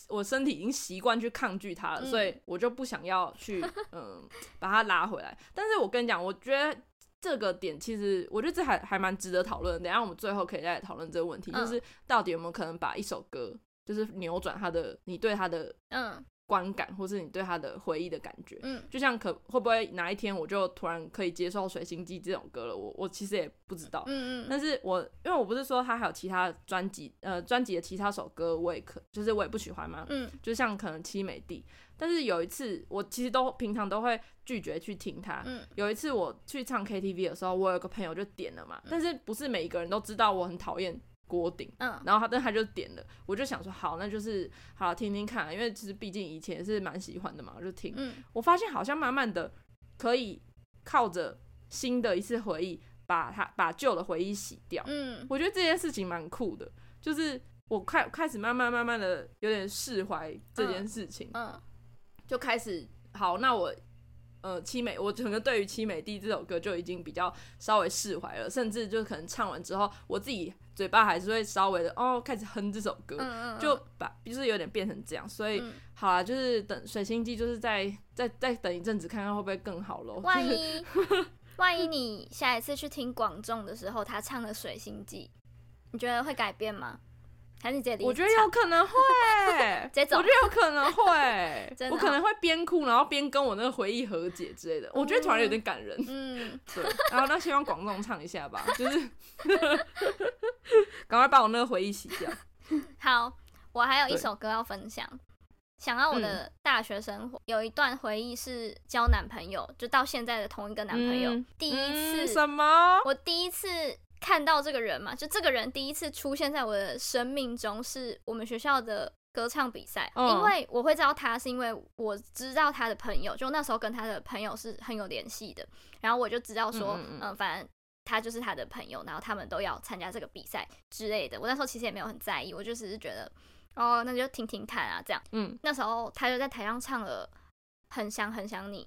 Speaker 2: 我身体已经习惯去抗拒他了，
Speaker 1: 嗯
Speaker 2: 所以我就不想要 去嗯把他拉回来。但是我跟你讲，我觉得。这个点其实我觉得这还还蛮值得讨论的，等一下我们最后可以再来讨论这个问题，
Speaker 1: 嗯
Speaker 2: 就是到底有没有可能把一首歌，就是扭转他的你对他的
Speaker 1: 嗯
Speaker 2: 观感，或是你对他的回忆的感觉。
Speaker 1: 嗯
Speaker 2: 就像可会不会哪一天我就突然可以接受《水星记》这种歌了？我我其实也不知道。
Speaker 1: 嗯嗯
Speaker 2: 但是我因为我不是说他还有其他专辑，呃，专辑的其他首歌我也可，就是我也不喜欢嘛，
Speaker 1: 嗯
Speaker 2: 就像可能七美地。但是有一次我其实都平常都会拒绝去听他。
Speaker 1: 嗯
Speaker 2: 有一次我去唱 KTV 的时候，我有个朋友就点了嘛，但是不是每一个人都知道我很讨厌郭顶。
Speaker 1: 嗯
Speaker 2: 然后他，但他就点了，我就想说，好，那就是好听听看啊，因为其实毕竟以前是蛮喜欢的嘛，我就听。
Speaker 1: 嗯
Speaker 2: 我发现好像慢慢的可以靠着新的一次回忆，把它把旧的回忆洗掉。
Speaker 1: 嗯
Speaker 2: 我觉得这件事情蛮酷的，就是我开开始慢慢慢慢的有点释怀这件事情，
Speaker 1: 嗯
Speaker 2: 就开始好，那我。呃，凄美，我整个对于《凄美地》这首歌就已经比较稍微释怀了，甚至就是可能唱完之后，我自己嘴巴还是会稍微的哦，开始哼这首歌，
Speaker 1: 嗯，
Speaker 2: 就把就是有点变成这样，所以、
Speaker 1: 嗯
Speaker 2: 好啊，就是等水星记，就是再再再等一阵子，看看会不会更好咯。
Speaker 1: 万
Speaker 2: 就是
Speaker 1: 一 万一你下一次去听广众的时候，他唱了《水星记》，你觉得会改变吗？还是你直接离
Speaker 2: 我觉得
Speaker 1: 场，
Speaker 2: 有可能会
Speaker 1: 接走
Speaker 2: 我觉得有可能 会
Speaker 1: 真，的哦
Speaker 2: 我可能会边哭然后边跟我那个回忆和解之类的，我觉得突然有点感人。
Speaker 1: 嗯，
Speaker 2: 对，然后那希望广众唱一 下吧，就是 赶快把我那个回忆洗掉。
Speaker 1: 好，我还有一
Speaker 2: 对
Speaker 1: 首歌要分享。想到我的大学生活，有一段回忆是交男朋友，就到现在的同一个男朋友。
Speaker 2: 嗯
Speaker 1: 第一
Speaker 2: 嗯、
Speaker 1: 次，
Speaker 2: 什么？
Speaker 1: 我第一次看到这个人嘛，就这个人第一次出现在我的生命中，是我们学校的歌唱比赛。
Speaker 2: 嗯
Speaker 1: 因为我会知道他，是因为我知道他的朋友，就那时候跟他的朋友是很有联系的，然后我就知道说，
Speaker 2: 嗯嗯
Speaker 1: 嗯、反正。他就是他的朋友，然后他们都要参加这个比赛之类的。我那时候其实也没有很在意，我就只是觉得，哦，那就听听看啊，这样。
Speaker 2: 嗯，
Speaker 1: 那时候他就在台上唱了《很想很想你》，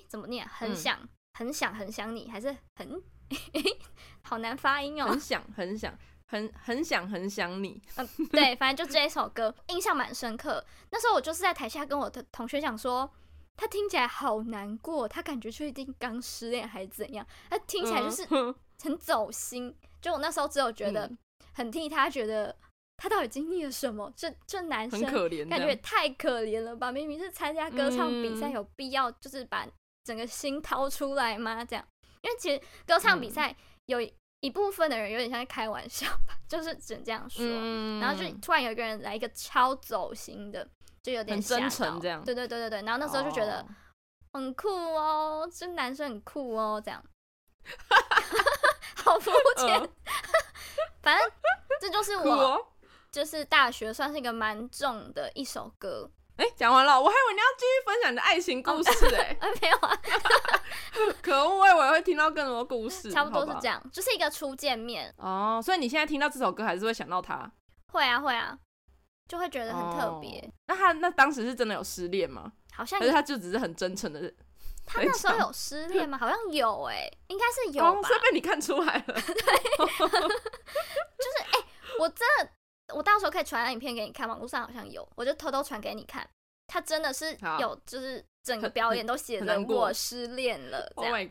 Speaker 1: 诶，怎么念啊？很
Speaker 2: 嗯
Speaker 1: 想、很想很想你，还是很？ 好难发音哦
Speaker 2: 很。想很想很很想很想你。
Speaker 1: 对，反正就这一首歌，印象蛮深刻。那时候我就是在台下跟我的同学讲说，他听起来好难过，他感觉就一定刚失恋还是怎样，他听起来就是
Speaker 2: 嗯
Speaker 1: 很走心。就我那时候只有觉得
Speaker 2: 嗯
Speaker 1: 很替他觉得，他到底经历了什么？这这男
Speaker 2: 很
Speaker 1: 生
Speaker 2: 可怜这样，
Speaker 1: 感觉也太可怜了吧！明明是参加歌唱比赛，
Speaker 2: 嗯
Speaker 1: 有必要就是把整个心掏出来吗？这样，因为其实歌唱
Speaker 2: 嗯
Speaker 1: 比赛有一部分的人有点像在开玩笑吧，就是只能这样说。
Speaker 2: 嗯
Speaker 1: 然后就突然有一个人来一个超走心的，就有点
Speaker 2: 很真
Speaker 1: 吓
Speaker 2: 诚
Speaker 1: 到
Speaker 2: 这样
Speaker 1: 对对对对对，然后那时候就觉得
Speaker 2: 哦
Speaker 1: 很酷哦，这男生很酷哦， 这样，好肤浅。
Speaker 2: 嗯
Speaker 1: 反正这就是
Speaker 2: 酷
Speaker 1: 我
Speaker 2: 哦。
Speaker 1: 就是大学算是一个蛮重的一首歌，
Speaker 2: 哎，讲完了，我还以为你要继续分享你的爱情故事哎、
Speaker 1: 啊，没有啊，
Speaker 2: 可恶，我以为会听到更多故事，
Speaker 1: 哦 差不多
Speaker 2: 好
Speaker 1: 是
Speaker 2: 吧
Speaker 1: 这样，就是一个初见面，
Speaker 2: 哦，所以你现在听到这首歌还是会想到他，
Speaker 1: 会啊会啊，就会觉得很特
Speaker 2: 哦
Speaker 1: 别，
Speaker 2: 那他那当时是真的有失恋吗？
Speaker 1: 好像
Speaker 2: 还是他就只是很真诚的？
Speaker 1: 他
Speaker 2: 非
Speaker 1: 那时候
Speaker 2: 常
Speaker 1: 有失恋吗？好像有哎、应该是有
Speaker 2: 哦，
Speaker 1: 吧
Speaker 2: 所。以被你看出来了。
Speaker 1: 我真的，我到时候可以传影片给你看，网络上好像有，我就偷偷传给你看。他真的是
Speaker 2: 好
Speaker 1: 有，就是整个
Speaker 2: 很
Speaker 1: 表
Speaker 2: 很
Speaker 1: 演都写
Speaker 2: 很
Speaker 1: 着
Speaker 2: 难过
Speaker 1: 我失恋了， 这
Speaker 2: oh
Speaker 1: 样
Speaker 2: my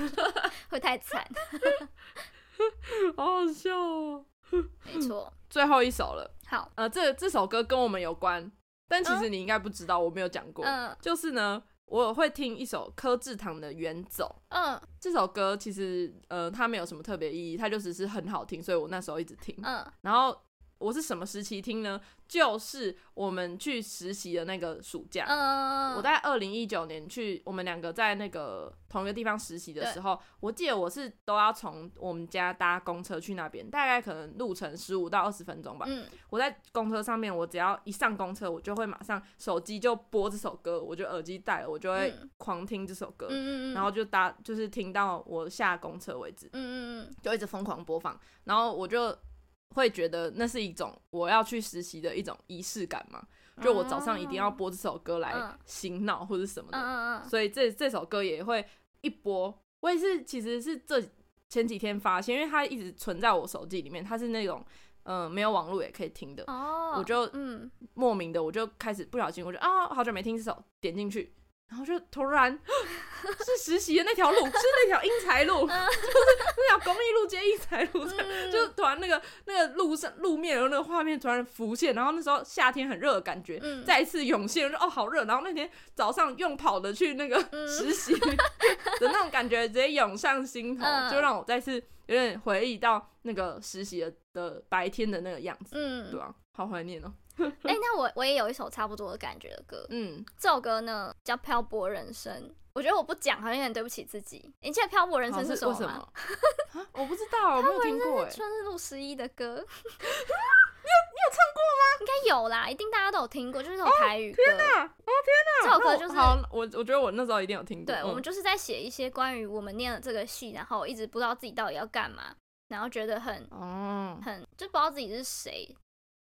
Speaker 2: god，
Speaker 1: 会太惨，
Speaker 2: 好好笑哦。
Speaker 1: 没错。
Speaker 2: 最后一首了。
Speaker 1: 好，
Speaker 2: 呃，这这首歌跟我们有关，但其实你应该不知道，我没有讲过。
Speaker 1: 嗯
Speaker 2: 就是呢，我会听一首柯志堂的《远走》。
Speaker 1: 嗯
Speaker 2: 这首歌其实呃，它没有什么特别意义，它就只是很好听，所以我那时候一直听。
Speaker 1: 嗯
Speaker 2: 然后我是什么时期听呢？就是我们去实习的那个暑假。
Speaker 1: 嗯，
Speaker 2: 我在二零一九年去，我们两个在那个同一个地方实习的时候，我记得我是都要从我们家搭公车去那边，大概可能路程十五到二十分钟吧。
Speaker 1: 嗯
Speaker 2: 我在公车上面，我只要一上公车，我就会马上手机就播这首歌，我就耳机戴了，我就会
Speaker 1: 嗯
Speaker 2: 狂听这首歌，
Speaker 1: 嗯嗯，
Speaker 2: 然后就搭就是听到我下公车为止。
Speaker 1: 嗯嗯
Speaker 2: 就一直疯狂播放，然后我就会觉得那是一种我要去实习的一种仪式感嘛，就我早上一定要播这首歌来
Speaker 1: 哦嗯
Speaker 2: 醒脑或者什么
Speaker 1: 嗯嗯
Speaker 2: 的，
Speaker 1: 嗯
Speaker 2: 所以这这首歌也会一播。我也是，其实是这前几天发现，因为它一直存在我手机里面，它是那种嗯、呃没有网络也可以听的
Speaker 1: 嗯，，哦，
Speaker 2: 我就
Speaker 1: 嗯
Speaker 2: 莫名的我就开始不小心，我就啊好久没听这首，点进去。然后就突然 是实习的那条路，是那条英才路， 就是那条公益路接英才路这样
Speaker 1: 嗯
Speaker 2: 就突然那个那个路上路面有那个画面突然浮现，然后那时候夏天很热的感觉、
Speaker 1: 嗯
Speaker 2: 再一次涌现，就哦好热，然后那天早上用跑的去那个
Speaker 1: 嗯
Speaker 2: 实习的那种感觉直接涌上心头，
Speaker 1: 嗯
Speaker 2: 就让我再次有点回忆到那个实习的的白天的那个样子，
Speaker 1: 嗯
Speaker 2: 对，啊？好怀念哦，
Speaker 1: 哎、那我我也有一首差不多的感觉的歌，
Speaker 2: 嗯，
Speaker 1: 这首歌呢叫《漂泊人生》。我觉得我不讲好像有点对不起自己。你记得《漂泊人生
Speaker 2: 好》
Speaker 1: 是
Speaker 2: 哦是
Speaker 1: 什
Speaker 2: 为
Speaker 1: 么
Speaker 2: 什
Speaker 1: 吗？
Speaker 2: 么？ 啊我不知道，我没有听过哎，
Speaker 1: 春日路十一的 歌，你有你有唱过吗？应该有啦，一定大家都有听过，就是这种台语歌。
Speaker 2: 啊哦天
Speaker 1: 这
Speaker 2: 哪，
Speaker 1: 首歌
Speaker 2: 那我
Speaker 1: 就是
Speaker 2: 好，我我觉得我那时候一定有听过，
Speaker 1: 对，我们
Speaker 2: 嗯
Speaker 1: 就是在写一些关于我们念了这个戏，然后一直不知道自己到底要干嘛，然后觉得很
Speaker 2: 哦，
Speaker 1: 很就不知道自己是谁，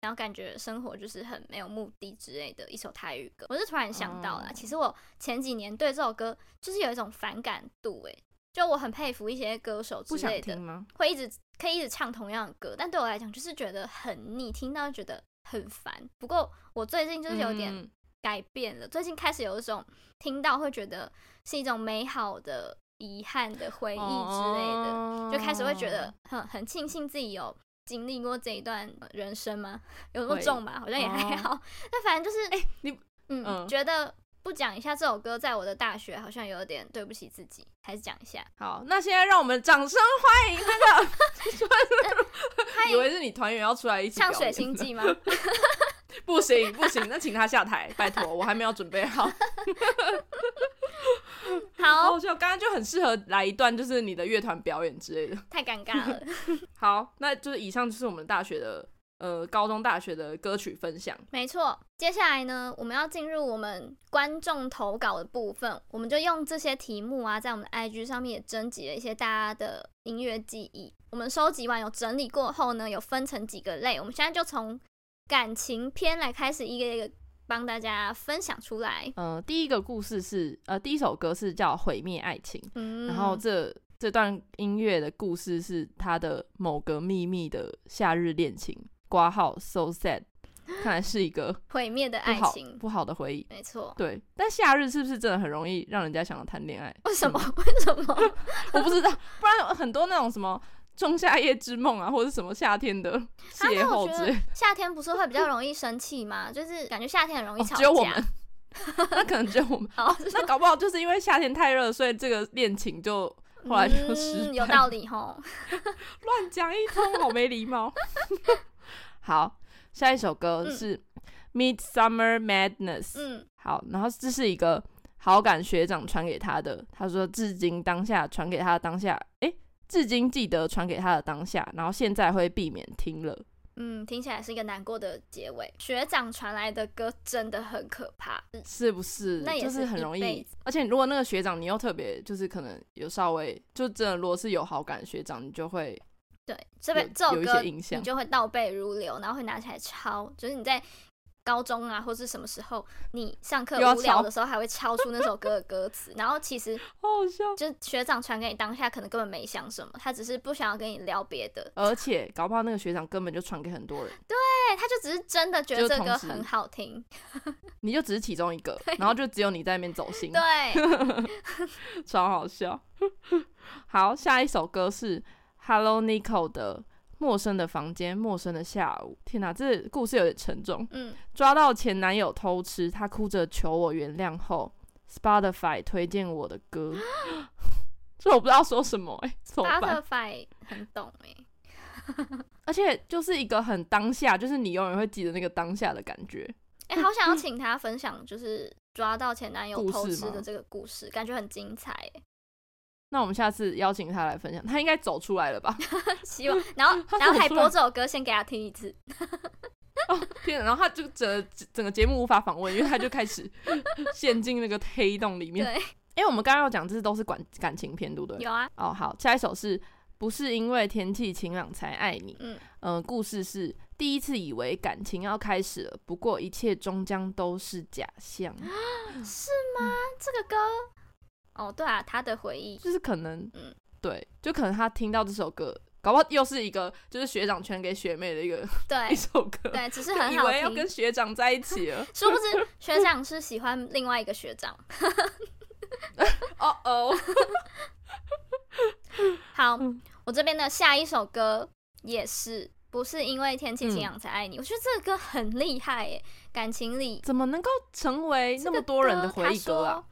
Speaker 1: 然后感觉生活就是很没有目的之类的一首台语歌。我是突然想到啦，
Speaker 2: 哦
Speaker 1: 其实我前几年对这首歌就是有一种反感度、欸，就我很佩服一些歌手之
Speaker 2: 不想
Speaker 1: 类的
Speaker 2: 听，吗？
Speaker 1: 会一直可以一直唱同样的歌，但对我来讲就是觉得很腻，听到就觉得很烦。不过我最近就是有点
Speaker 2: 嗯
Speaker 1: 改变了，最近开始有一种听到会觉得是一种美好的遗憾的回忆之类的，
Speaker 2: 的
Speaker 1: 就开始会觉
Speaker 2: 哦
Speaker 1: 得很很庆幸自己有经历过这一段呃人生吗？ 有那么
Speaker 2: 会哦
Speaker 1: 重吧？好像也还好。但反正就是，哎、
Speaker 2: 你
Speaker 1: 嗯，
Speaker 2: 嗯
Speaker 1: 觉得不讲一下这首歌，在我的大学好像有点对不起自己，还是讲一下。
Speaker 2: 哦好。那现在让我们掌声欢迎那个
Speaker 1: 嗨
Speaker 2: 以为是你团员要出来一起
Speaker 1: 唱《
Speaker 2: 表
Speaker 1: 水
Speaker 2: 演
Speaker 1: 星记》 吗？
Speaker 2: 不行不行，那请他下台，拜托，我还没有准备好。好
Speaker 1: 好，
Speaker 2: 好笑，刚刚就很适合来一段，就是你的乐团表演之类的。
Speaker 1: 太尴尬了。
Speaker 2: 好，那就是以上就是我们大学的呃高中大学的歌曲分享。
Speaker 1: 没错，接下来呢，我们要进入我们观众投稿的部分，我们就用这些题目啊，在我们的 IG 上面也征集了一些大家的音乐记忆。我们收集完有整理过后呢，有分成几个类，我们现在就从感情篇来开始，一个一个帮大家分享出来。
Speaker 2: 呃，第一个故事是呃第一首歌是叫《毁灭爱情》，
Speaker 1: 嗯，
Speaker 2: 然后这这段音乐的故事是他的某个秘密的夏日恋情，挂号 so sad，看来是一个
Speaker 1: 毁灭的
Speaker 2: 不
Speaker 1: 爱
Speaker 2: 好
Speaker 1: 情，
Speaker 2: 不好的回忆。
Speaker 1: 没 错。
Speaker 2: 对，但夏日是不是真的很容易让人家想要谈恋爱？
Speaker 1: 为什么
Speaker 2: 嗯？
Speaker 1: 为什么？
Speaker 2: 我不知道，不然很多那种什么仲夏夜之梦啊，或者什么夏天 的邂
Speaker 1: 啊那我
Speaker 2: 逅
Speaker 1: 觉
Speaker 2: 之
Speaker 1: 得
Speaker 2: 类的，
Speaker 1: 夏天不是会比较容易生气吗？就是感觉夏天很容易
Speaker 2: 哦
Speaker 1: 吵架。
Speaker 2: 只有 我们，那可能只有我们。
Speaker 1: 哦，
Speaker 2: 那搞不好就是因为夏天太热，所以这个恋情就后来就失败
Speaker 1: 嗯、有道理吼。
Speaker 2: 乱 讲一通，好没礼貌。 好，下一首歌
Speaker 1: 嗯
Speaker 2: 是《Midsummer Madness》。
Speaker 1: 嗯，
Speaker 2: 好，然后这是一个好感学长传给他的，他说至今当下传给他的当下，诶，至今记得传给他的当下，然后现在会避免听了。
Speaker 1: 嗯，听起来是一个难过的结尾。学长传来的歌真的很可怕，嗯
Speaker 2: 是不是？
Speaker 1: 那也
Speaker 2: 就是
Speaker 1: 是
Speaker 2: 很
Speaker 1: 一
Speaker 2: 容
Speaker 1: 辈
Speaker 2: 易，而且如果那个学长你又特别，就是可能有稍微，就真的如果是有好感的学长，你就会
Speaker 1: 对，这边
Speaker 2: 有
Speaker 1: 这首
Speaker 2: 有一
Speaker 1: 歌
Speaker 2: 些影响
Speaker 1: 你就会倒背如流，然后会拿起来抄，就是你在。高中啊，或是什么时候，你上课
Speaker 2: 又要
Speaker 1: 无聊
Speaker 2: 抄
Speaker 1: 的时候，还会抄出那首歌的歌词。然后其实
Speaker 2: 好好笑。
Speaker 1: 就是学长传给你当下，可能根本没想什么，他只是不想要跟你聊别的。
Speaker 2: 而且搞不好那个学长根本就传给很多人，
Speaker 1: 对，他就只是真的觉
Speaker 2: 就
Speaker 1: 得
Speaker 2: 是
Speaker 1: 这个
Speaker 2: 同
Speaker 1: 歌
Speaker 2: 时
Speaker 1: 很好听。
Speaker 2: 你就只是其中一个，然后就只有你在那边走心，
Speaker 1: 对，
Speaker 2: 超好笑。好，下一首歌是 Hello Nico 的《陌生的房间，陌生的下午。天哪，这故事有点沉重。
Speaker 1: 嗯，
Speaker 2: 抓到前男友偷吃，他哭着求我原谅后，Spotify 推荐我的歌， 这我不知道说什么哎、怎么
Speaker 1: 巴
Speaker 2: 办？
Speaker 1: 特法很懂哎、
Speaker 2: 而且就是一个很当下，就是你永远会记得那个当下的感觉。
Speaker 1: 哎、好想要请他分享，就是抓到前男友
Speaker 2: 嗯故
Speaker 1: 偷
Speaker 2: 事
Speaker 1: 吃
Speaker 2: 吗
Speaker 1: 的这个故事，感觉很精彩 欸。
Speaker 2: 那我们下次邀请他来分享，他应该走出来了吧？
Speaker 1: 希望，然后
Speaker 2: 他
Speaker 1: 然后还
Speaker 2: 走出来
Speaker 1: 播这首歌，先给他听一次。
Speaker 2: 天哪，然后他就整个整个节目无法访问，因为他就开始陷进那个黑洞里 面。
Speaker 1: 对，
Speaker 2: 因为我们刚刚要讲，这都是感感情片，对不对？
Speaker 1: 有啊，
Speaker 2: 哦，好，下一首是不是因为天气晴朗才爱你？
Speaker 1: 嗯
Speaker 2: 嗯、故事是第一次以为感情要开始了，不过一切终将都是假象，
Speaker 1: 啊是吗？这个歌，哦，对啊，他的回忆，
Speaker 2: 就是可能，
Speaker 1: 嗯
Speaker 2: 对，就可能他听到这首歌，搞不好又是一个就是学长圈给学妹的一个 一
Speaker 1: 对
Speaker 2: 首歌，
Speaker 1: 对，只是
Speaker 2: 就
Speaker 1: 很
Speaker 2: 以
Speaker 1: 好
Speaker 2: 为要
Speaker 1: 听
Speaker 2: 跟。学长在一起 了，
Speaker 1: 殊不 知学长是喜欢另外一个学长。
Speaker 2: 哦哦，
Speaker 1: 好
Speaker 2: 嗯，
Speaker 1: 我这边的下一首歌也是，不是因为天气晴
Speaker 2: 嗯
Speaker 1: 朗才爱你，我觉得这个歌很厉害耶，感情里
Speaker 2: 怎么能够成为那么多人的回忆歌啊？。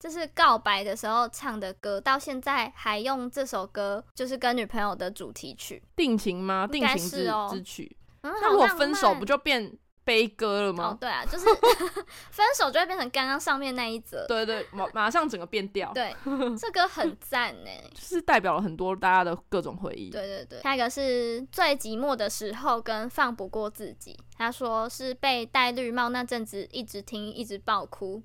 Speaker 1: 这是告白的时候唱的歌，到现在还用这首歌，就是跟女朋友的主题曲。
Speaker 2: 定情吗？
Speaker 1: 应
Speaker 2: 定
Speaker 1: 该
Speaker 2: 情
Speaker 1: 是
Speaker 2: 之、
Speaker 1: 哦
Speaker 2: 之曲，
Speaker 1: 嗯，
Speaker 2: 那
Speaker 1: 好
Speaker 2: 如果
Speaker 1: 浪
Speaker 2: 分手
Speaker 1: 漫
Speaker 2: 不就变悲歌了吗？
Speaker 1: 哦，对啊，就是 分手就会变成刚刚上面那一则。
Speaker 2: 对啊对，马马上整个变调，
Speaker 1: 对， 这歌很赞呢。
Speaker 2: 就是代表了很多大家的各种回忆。
Speaker 1: 对对对，下一个是最寂寞的时候跟放不过自己。他说是被戴绿帽那阵子一直听一直爆哭，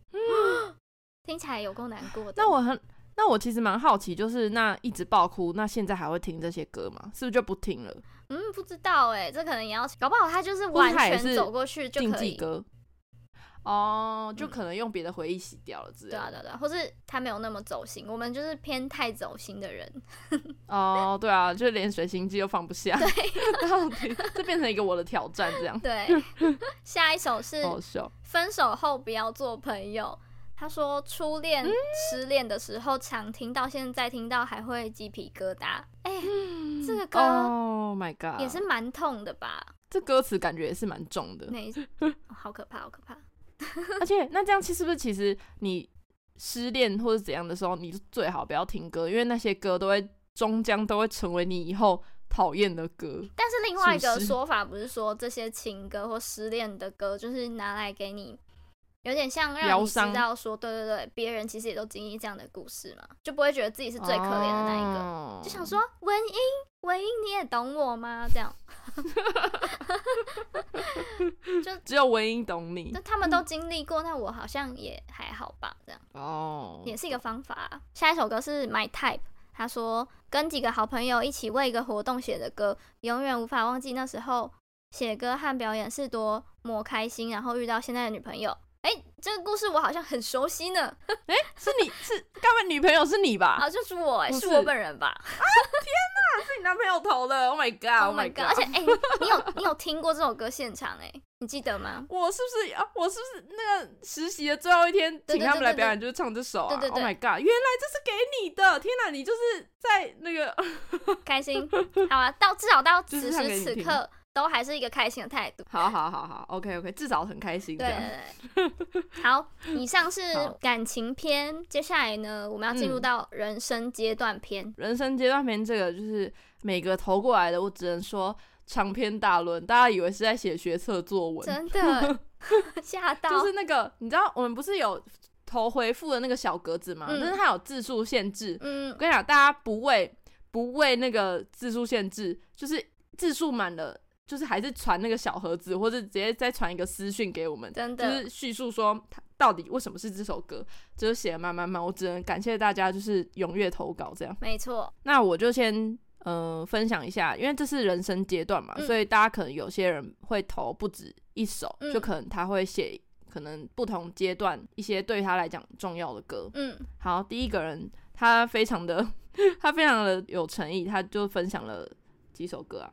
Speaker 1: 听起来有够难过的。
Speaker 2: 嗯那我很，那我其实蛮好奇，就是那一直爆哭，那现在还会听这些歌吗？是不是就不听了？
Speaker 1: 嗯不知道哎，这可能也要搞不好他就是
Speaker 2: 或
Speaker 1: 完
Speaker 2: 是他也
Speaker 1: 全
Speaker 2: 是
Speaker 1: 走过去就
Speaker 2: 竞
Speaker 1: 可
Speaker 2: 技
Speaker 1: 以。
Speaker 2: 歌。哦，就
Speaker 1: 嗯
Speaker 2: 可能用别的回忆洗掉了之类
Speaker 1: 对啊，
Speaker 2: 的。
Speaker 1: 对啊对啊，或是他没有那么走心，我们就是偏太走心的人。
Speaker 2: 哦，对啊，就连水星记都放不下， 到底这变成一个我的挑战，这样
Speaker 1: 对，下一首 是
Speaker 2: 好笑。
Speaker 1: 分手后不要做朋友。他说初恋、
Speaker 2: 嗯
Speaker 1: 失恋的时候常听到，现在听到还会鸡皮疙瘩。哎、这个歌
Speaker 2: 哦 my god，
Speaker 1: 也是蛮痛的吧？
Speaker 2: 这歌词感觉也是蛮重的，
Speaker 1: 没，哦好可怕，好可怕。
Speaker 2: 而且那这样其实是不是其实你失恋或者怎样的时候，你就最好不要听歌，因为那些歌都会终将都会成为你以后讨厌的歌。
Speaker 1: 但是另外一
Speaker 2: 是
Speaker 1: 个
Speaker 2: 不是
Speaker 1: 说法不是说这些情歌或失恋的歌，就是拿来给你，有点像让
Speaker 2: 疗
Speaker 1: 你知
Speaker 2: 伤
Speaker 1: 道说，对对对，别人其实也都经历这样的故事嘛，就不会觉得自己是最可怜的那一个，
Speaker 2: 哦
Speaker 1: 就想说文英，文英你也懂我吗？这样，
Speaker 2: 只有文英懂你
Speaker 1: 那他们都经历过，那我好像也还好吧，这样
Speaker 2: 哦，
Speaker 1: 也是一个方法啊、下一首歌是 My Type，他说跟几个好朋友一起为一个活动写的歌，永远无法忘记那时候写歌和表演是多么开心，然后遇到现在的女朋友。哎、这个故事我好像很熟悉 呢，
Speaker 2: 是你是干嘛？女朋友是你吧？
Speaker 1: 啊，就是我、哎，
Speaker 2: 不
Speaker 1: 是
Speaker 2: 是
Speaker 1: 我本人 吧
Speaker 2: 是你男朋友投的。Oh my god！Oh my god！
Speaker 1: 而且哎、你有你有听过这首歌现场哎、你记得 吗？
Speaker 2: 我是不是啊？我是不是那个实习的最后一天，
Speaker 1: 对对
Speaker 2: 请他们来
Speaker 1: 对对
Speaker 2: 表演，就是唱这首啊
Speaker 1: 对对
Speaker 2: ？Oh
Speaker 1: 对
Speaker 2: my god！原来这是给你的，天哪！你就是在那个
Speaker 1: 开心，好啊，到至少到
Speaker 2: 就是
Speaker 1: 此
Speaker 2: 唱给
Speaker 1: 时
Speaker 2: 你
Speaker 1: 此
Speaker 2: 听。
Speaker 1: 刻都还是一个开心的态度
Speaker 2: 好好好好，OK OK，至少很开心这
Speaker 1: 对
Speaker 2: 样。
Speaker 1: 对对对， 好，以上是
Speaker 2: 好
Speaker 1: 感情篇，接下来呢，我们要进入
Speaker 2: 嗯
Speaker 1: 到人生阶段篇。
Speaker 2: 人生阶段篇这个就是每个投过来的，我只能说长篇大论，大家以为是在写学测作文，
Speaker 1: 真的 吓到，
Speaker 2: 就是那个你知道我们不是有投回复的那个小格子吗？
Speaker 1: 嗯
Speaker 2: 但是它有字数限制。我
Speaker 1: 嗯，
Speaker 2: 跟你讲，大家不为不为那个字数限制，就是字数满了，就是还是传那个小盒子，或者直接再传一个私讯给我们，
Speaker 1: 真
Speaker 2: 就
Speaker 1: 的
Speaker 2: 是叙述说它到底为什么是这首歌，就是写的慢慢慢。我只能感谢大家，就是踊跃投稿这样。
Speaker 1: 没错，
Speaker 2: 那我就先呃分享一下，因为这是人生阶段嘛，
Speaker 1: 嗯
Speaker 2: 所以大家可能有些人会投不止一首，
Speaker 1: 嗯
Speaker 2: 就可能他会写可能不同阶段一些对他来讲重要的歌。
Speaker 1: 嗯
Speaker 2: 好，第一个人他非常的 他非常的有诚意，他就分享了几首歌啊。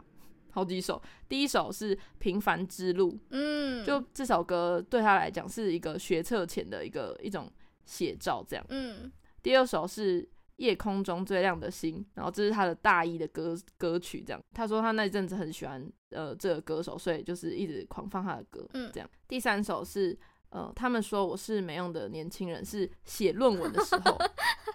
Speaker 2: 好几首，第一首是《平凡之路》，
Speaker 1: 嗯，
Speaker 2: 就这首歌对他来讲是一个学测前的一个一种写照，这样。
Speaker 1: 嗯
Speaker 2: 第二首是夜空中最亮的星》，然后这是他的大一的歌歌曲，这样。他说他那一阵子很喜欢呃这个歌手，所以就是一直狂放他的歌，
Speaker 1: 嗯
Speaker 2: 这样。第三首是呃，他们说我是没用的年轻人，是写论文的时 候，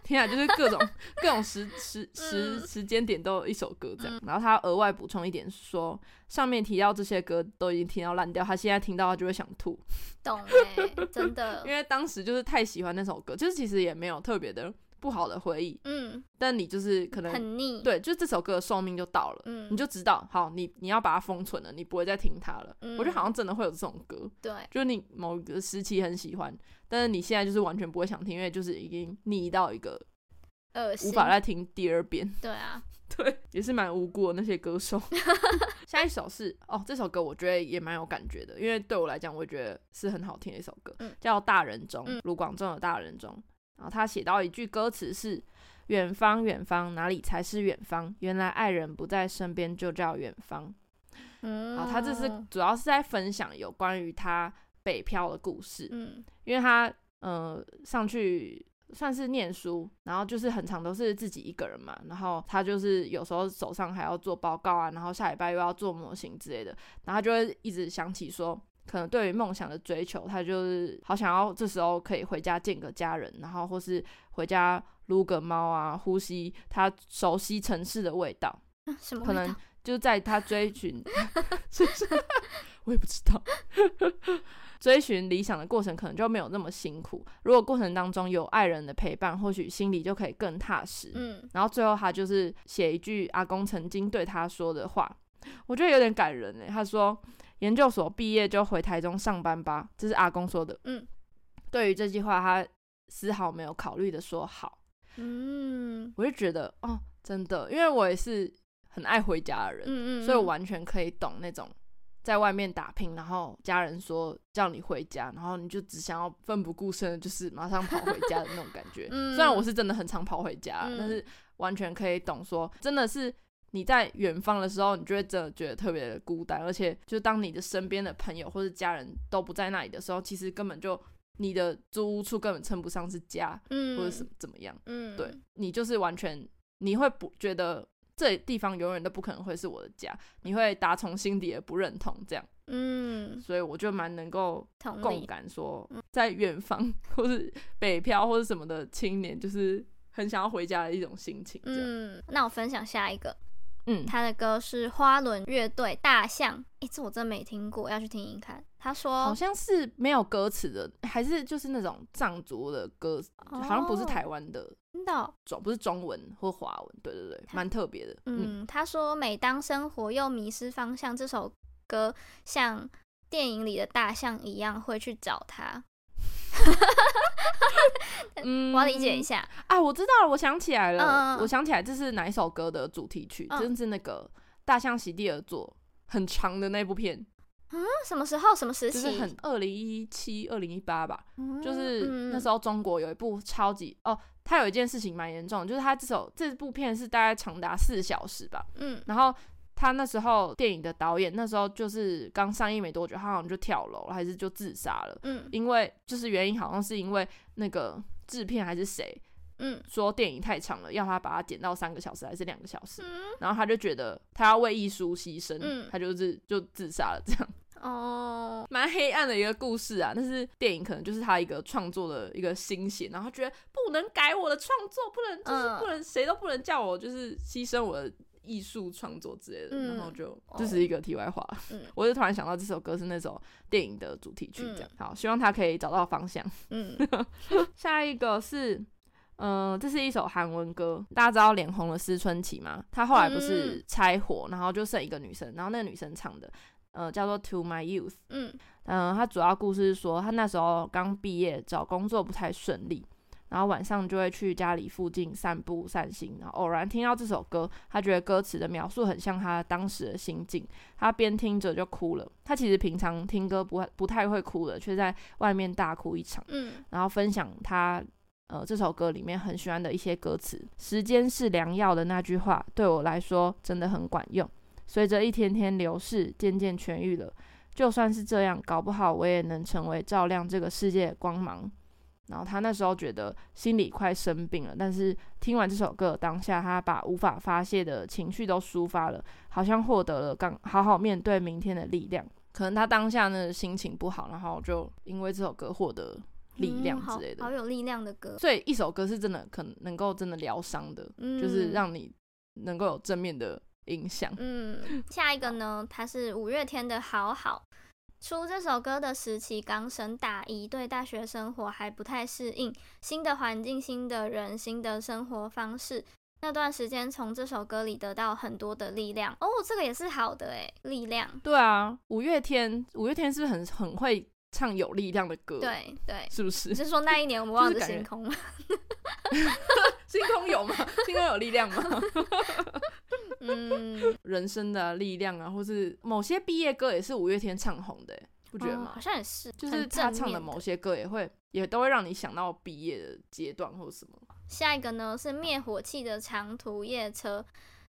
Speaker 2: 天啊，就是各种 各种时时时
Speaker 1: 嗯
Speaker 2: 时间点都有一首歌这样。然后他额外补充一点说，上面提到这些歌都已经听到烂掉，他现在听到他就会想吐。
Speaker 1: 懂哎、真的
Speaker 2: 因，为当时就是太喜欢那首歌，就是其实也没有特别的不好的回忆，
Speaker 1: 嗯，
Speaker 2: 但你就是可能
Speaker 1: 很腻，，
Speaker 2: 对，就这首歌的寿命就到了，
Speaker 1: 嗯，
Speaker 2: 你就知道，好，你你要把它封存了，你不会再听它了。
Speaker 1: 嗯
Speaker 2: 我觉得好像真的会有这种歌，
Speaker 1: 对，
Speaker 2: 就是你某个时期很喜欢，但是你现在就是完全不会想听，因为就是已经腻到一个
Speaker 1: 恶
Speaker 2: 无
Speaker 1: 心，
Speaker 2: 法再听第二遍。
Speaker 1: 对啊，
Speaker 2: 对，也是蛮无辜的那些歌手。 下一首是哦，这首歌我觉得也蛮有感觉的，因为对我来讲，我觉得是很好听的一首歌，
Speaker 1: 嗯
Speaker 2: 叫《大人中
Speaker 1: 嗯》，
Speaker 2: 卢广仲的《大人中》。然后他写到一句歌词是：“远方，远方，哪里才是远方？原来爱人不在身边，就叫远方。”
Speaker 1: 嗯，
Speaker 2: 好，他这是主要是在分享有关于他北漂的故事。
Speaker 1: 嗯
Speaker 2: 因为他呃上去算是念书，然后就是很长都是自己一个人嘛，然后他就是有时候手上还要做报告啊，然后下礼拜又要做模型之类的，然后他就会一直想起说。可能对于梦想的追求，他就是好想要这时候可以回家见个家人，然后或是回家撸个猫啊，呼吸他熟悉城市的味道。
Speaker 1: 啊什么
Speaker 2: 可
Speaker 1: 味
Speaker 2: 能
Speaker 1: 道？
Speaker 2: 就在他追 寻，是不是？ 我也不知道。 追寻理想的过程可能就没有那么辛苦。如果过程当中有爱人的陪伴，或许心里就可以更踏实。
Speaker 1: 嗯，
Speaker 2: 然后最后他就是写一句阿公曾经对他说的话，我觉得有点感人诶。他说：“研究所毕业就回台中上班吧。”这是阿公说的。
Speaker 1: 嗯，
Speaker 2: 对于这句话，他丝毫没有考虑的说好。
Speaker 1: 嗯
Speaker 2: 我就觉得哦，真的，因为我也是很爱回家的人，
Speaker 1: 嗯嗯，
Speaker 2: 所以我
Speaker 1: 嗯。
Speaker 2: 完全可以懂那种在外面打拼，然后家人说叫你回家，然后你就只想要奋不顾身，就是马上跑回家的那种感觉
Speaker 1: 嗯
Speaker 2: 虽然我是真的很常跑回家，
Speaker 1: 嗯
Speaker 2: 但是完全可以懂说，真的是。你在远方的时候，你就会真的觉得特别的孤单，而且就当你的身边的朋友或者家人都不在那里的时候，其实根本就你的租屋处根本称不上是家，
Speaker 1: 嗯
Speaker 2: 或者是怎么样。
Speaker 1: 嗯
Speaker 2: 对你就是完全你会不觉得这地方永远都不可能会是我的家，你会打从心底的不认同这样，
Speaker 1: 嗯，
Speaker 2: 所以我就蛮能够
Speaker 1: 同
Speaker 2: 共
Speaker 1: 理，嗯
Speaker 2: 感说，在远方或是北漂或是什么的青年，就是很想要回家的一种心情这样。
Speaker 1: 嗯，那我分享下一个，
Speaker 2: 嗯，
Speaker 1: 他的歌是花轮乐队《大象》，诶，这我真没听过，要去听听看。他
Speaker 2: 好
Speaker 1: 说
Speaker 2: 像是没有歌词的，还是就是那种藏族的歌，好像不是
Speaker 1: 哦
Speaker 2: 台湾的
Speaker 1: 真的哦、
Speaker 2: 中，不是中文或华文，对对对，蛮特别的。嗯
Speaker 1: 嗯，他说每当生活又迷失方向，这首歌像电影里的大象一样会去找他。
Speaker 2: 嗯
Speaker 1: 我要理解一下，
Speaker 2: 啊，我知道了，我想起来了，
Speaker 1: 嗯嗯嗯
Speaker 2: 我想起来这是哪一首歌的主题曲，
Speaker 1: 嗯
Speaker 2: 真是那个《大象席地而坐》很长的那部片，
Speaker 1: 那什么时候什么时
Speaker 2: 就
Speaker 1: 期？
Speaker 2: 是很二零一七、二零一八吧，
Speaker 1: 嗯
Speaker 2: 就是那时
Speaker 1: 候，
Speaker 2: 候中国有一部超级哦，它有一件事情蛮严重的，就是它这首这部片是大概长达四小时吧，
Speaker 1: 嗯
Speaker 2: 然后。他那时候电影的导演那时候就是刚上映没多久，他好像就跳楼还是就自杀了，
Speaker 1: 嗯
Speaker 2: 因为就是原因好像是因为那个制片还是谁，
Speaker 1: 嗯
Speaker 2: 说电影太长了，要他把它剪到三个小时还是两个小时，
Speaker 1: 嗯，
Speaker 2: 然后他就觉得他要为艺术牺牲，
Speaker 1: 嗯
Speaker 2: 他就是就自杀了，这样
Speaker 1: 哦，
Speaker 2: 蛮黑暗的一个故事啊。但是电影可能就是他一个创作的一个心血，然后他觉得不能改我的创作，不能就是
Speaker 1: 嗯
Speaker 2: 不能、谁都不能叫我就是牺牲我的艺术创作之类的，
Speaker 1: 嗯
Speaker 2: 然后就
Speaker 1: 哦
Speaker 2: 这是一个题外话。
Speaker 1: 嗯
Speaker 2: 我就突然想到这首歌是那首电影的主题曲，这样、好，希望他可以找到方向。
Speaker 1: 嗯
Speaker 2: 下一个是，嗯、这是一首韩文歌，大家知道脸红了思春期吗？他后来不是拆伙，然后就剩一个女生，然后那个女生唱的，呃，叫做《To My Youth》。
Speaker 1: 嗯
Speaker 2: 嗯，他主要故事是说，他那时候刚毕业，找工作不太顺利，然后晚上就会去家里附近散步散心，然后偶然听到这首歌，他觉得歌词的描述很像他当时的心境，他边听着就哭了。他其实平常听歌不不太会哭的，却在外面大哭一场。
Speaker 1: 嗯
Speaker 2: 然后分享他呃这首歌里面很喜欢的一些歌词。时间是良药的那句话，对我来说真的很管用。随着一天天流逝，渐渐痊愈了。就算是这样，搞不好我也能成为照亮这个世界的光芒。然后他那时候觉得心里快生病了，但是听完这首歌当下，他把无法发泄的情绪都抒发了，好像获得了刚好好面对明天的力量。可能他当下呢心情不好，然后就因为这首歌获得力量
Speaker 1: 嗯
Speaker 2: 之类的。
Speaker 1: 好，好有力量的歌，
Speaker 2: 所以一首歌是真的可能能够真的疗伤的，
Speaker 1: 嗯，
Speaker 2: 就是让你能够有正面的影响。
Speaker 1: 嗯，下一个呢，它是五月天的《好好》。出这首歌的时期刚升大一，对大学生活还不太适应，新的环境、新的人、新的生活方式。那段时间从这首歌里得到很多的力量哦，这个也是好的诶，力量。
Speaker 2: 对啊，五月天，五月天是不是很很会唱有力量的歌？，
Speaker 1: 对 对，
Speaker 2: 是不
Speaker 1: 只
Speaker 2: 是？
Speaker 1: 是说那一年我们
Speaker 2: 就是
Speaker 1: 望着
Speaker 2: 感觉
Speaker 1: 星 空，
Speaker 2: 星空有吗？ 星空有力量吗？
Speaker 1: 嗯，
Speaker 2: 人生的力量啊，或是某些毕业歌也是五月天唱红的欸，不觉得
Speaker 1: 哦
Speaker 2: 吗？
Speaker 1: 好像也是，
Speaker 2: 就是
Speaker 1: 很
Speaker 2: 他
Speaker 1: 正
Speaker 2: 唱
Speaker 1: 面
Speaker 2: 的某些歌也会，也都会让你想到毕业的阶段或什么。
Speaker 1: 下一个呢是灭火器的长途夜车。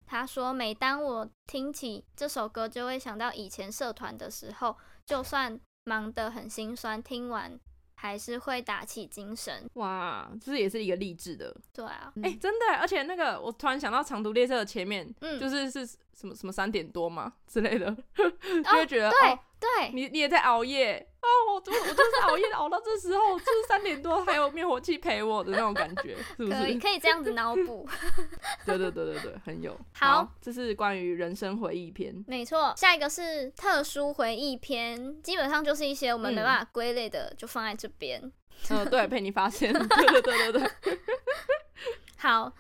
Speaker 1: 他说：“每当我听起这首歌，就会想到以前社团的时候，就算忙得很心酸，听完还是会打起精神。
Speaker 2: 哇，这也是一个励志的，”
Speaker 1: 对啊，
Speaker 2: 哎、真的欸，而且那个我突然想到长途列车的前面，
Speaker 1: 嗯
Speaker 2: 就是是什么什么三点多嘛之类的， 就
Speaker 1: 哦
Speaker 2: 会觉得哦
Speaker 1: 对对，
Speaker 2: 你你也在熬夜哦，我我我就是熬夜 熬到这时候，就是三点多还有灭火器陪我的那种感觉，是不
Speaker 1: 可以
Speaker 2: 是？
Speaker 1: 可以这样子脑 补，
Speaker 2: 对对对对对，很有。
Speaker 1: 好
Speaker 2: 这是关于人生回 忆篇。
Speaker 1: 没错。下一个是特殊回忆篇，基本上就是一些我们没
Speaker 2: 嗯
Speaker 1: 办法归类的，就放在这边。
Speaker 2: 呃，对，被你发现， 对对对对对，
Speaker 1: 好，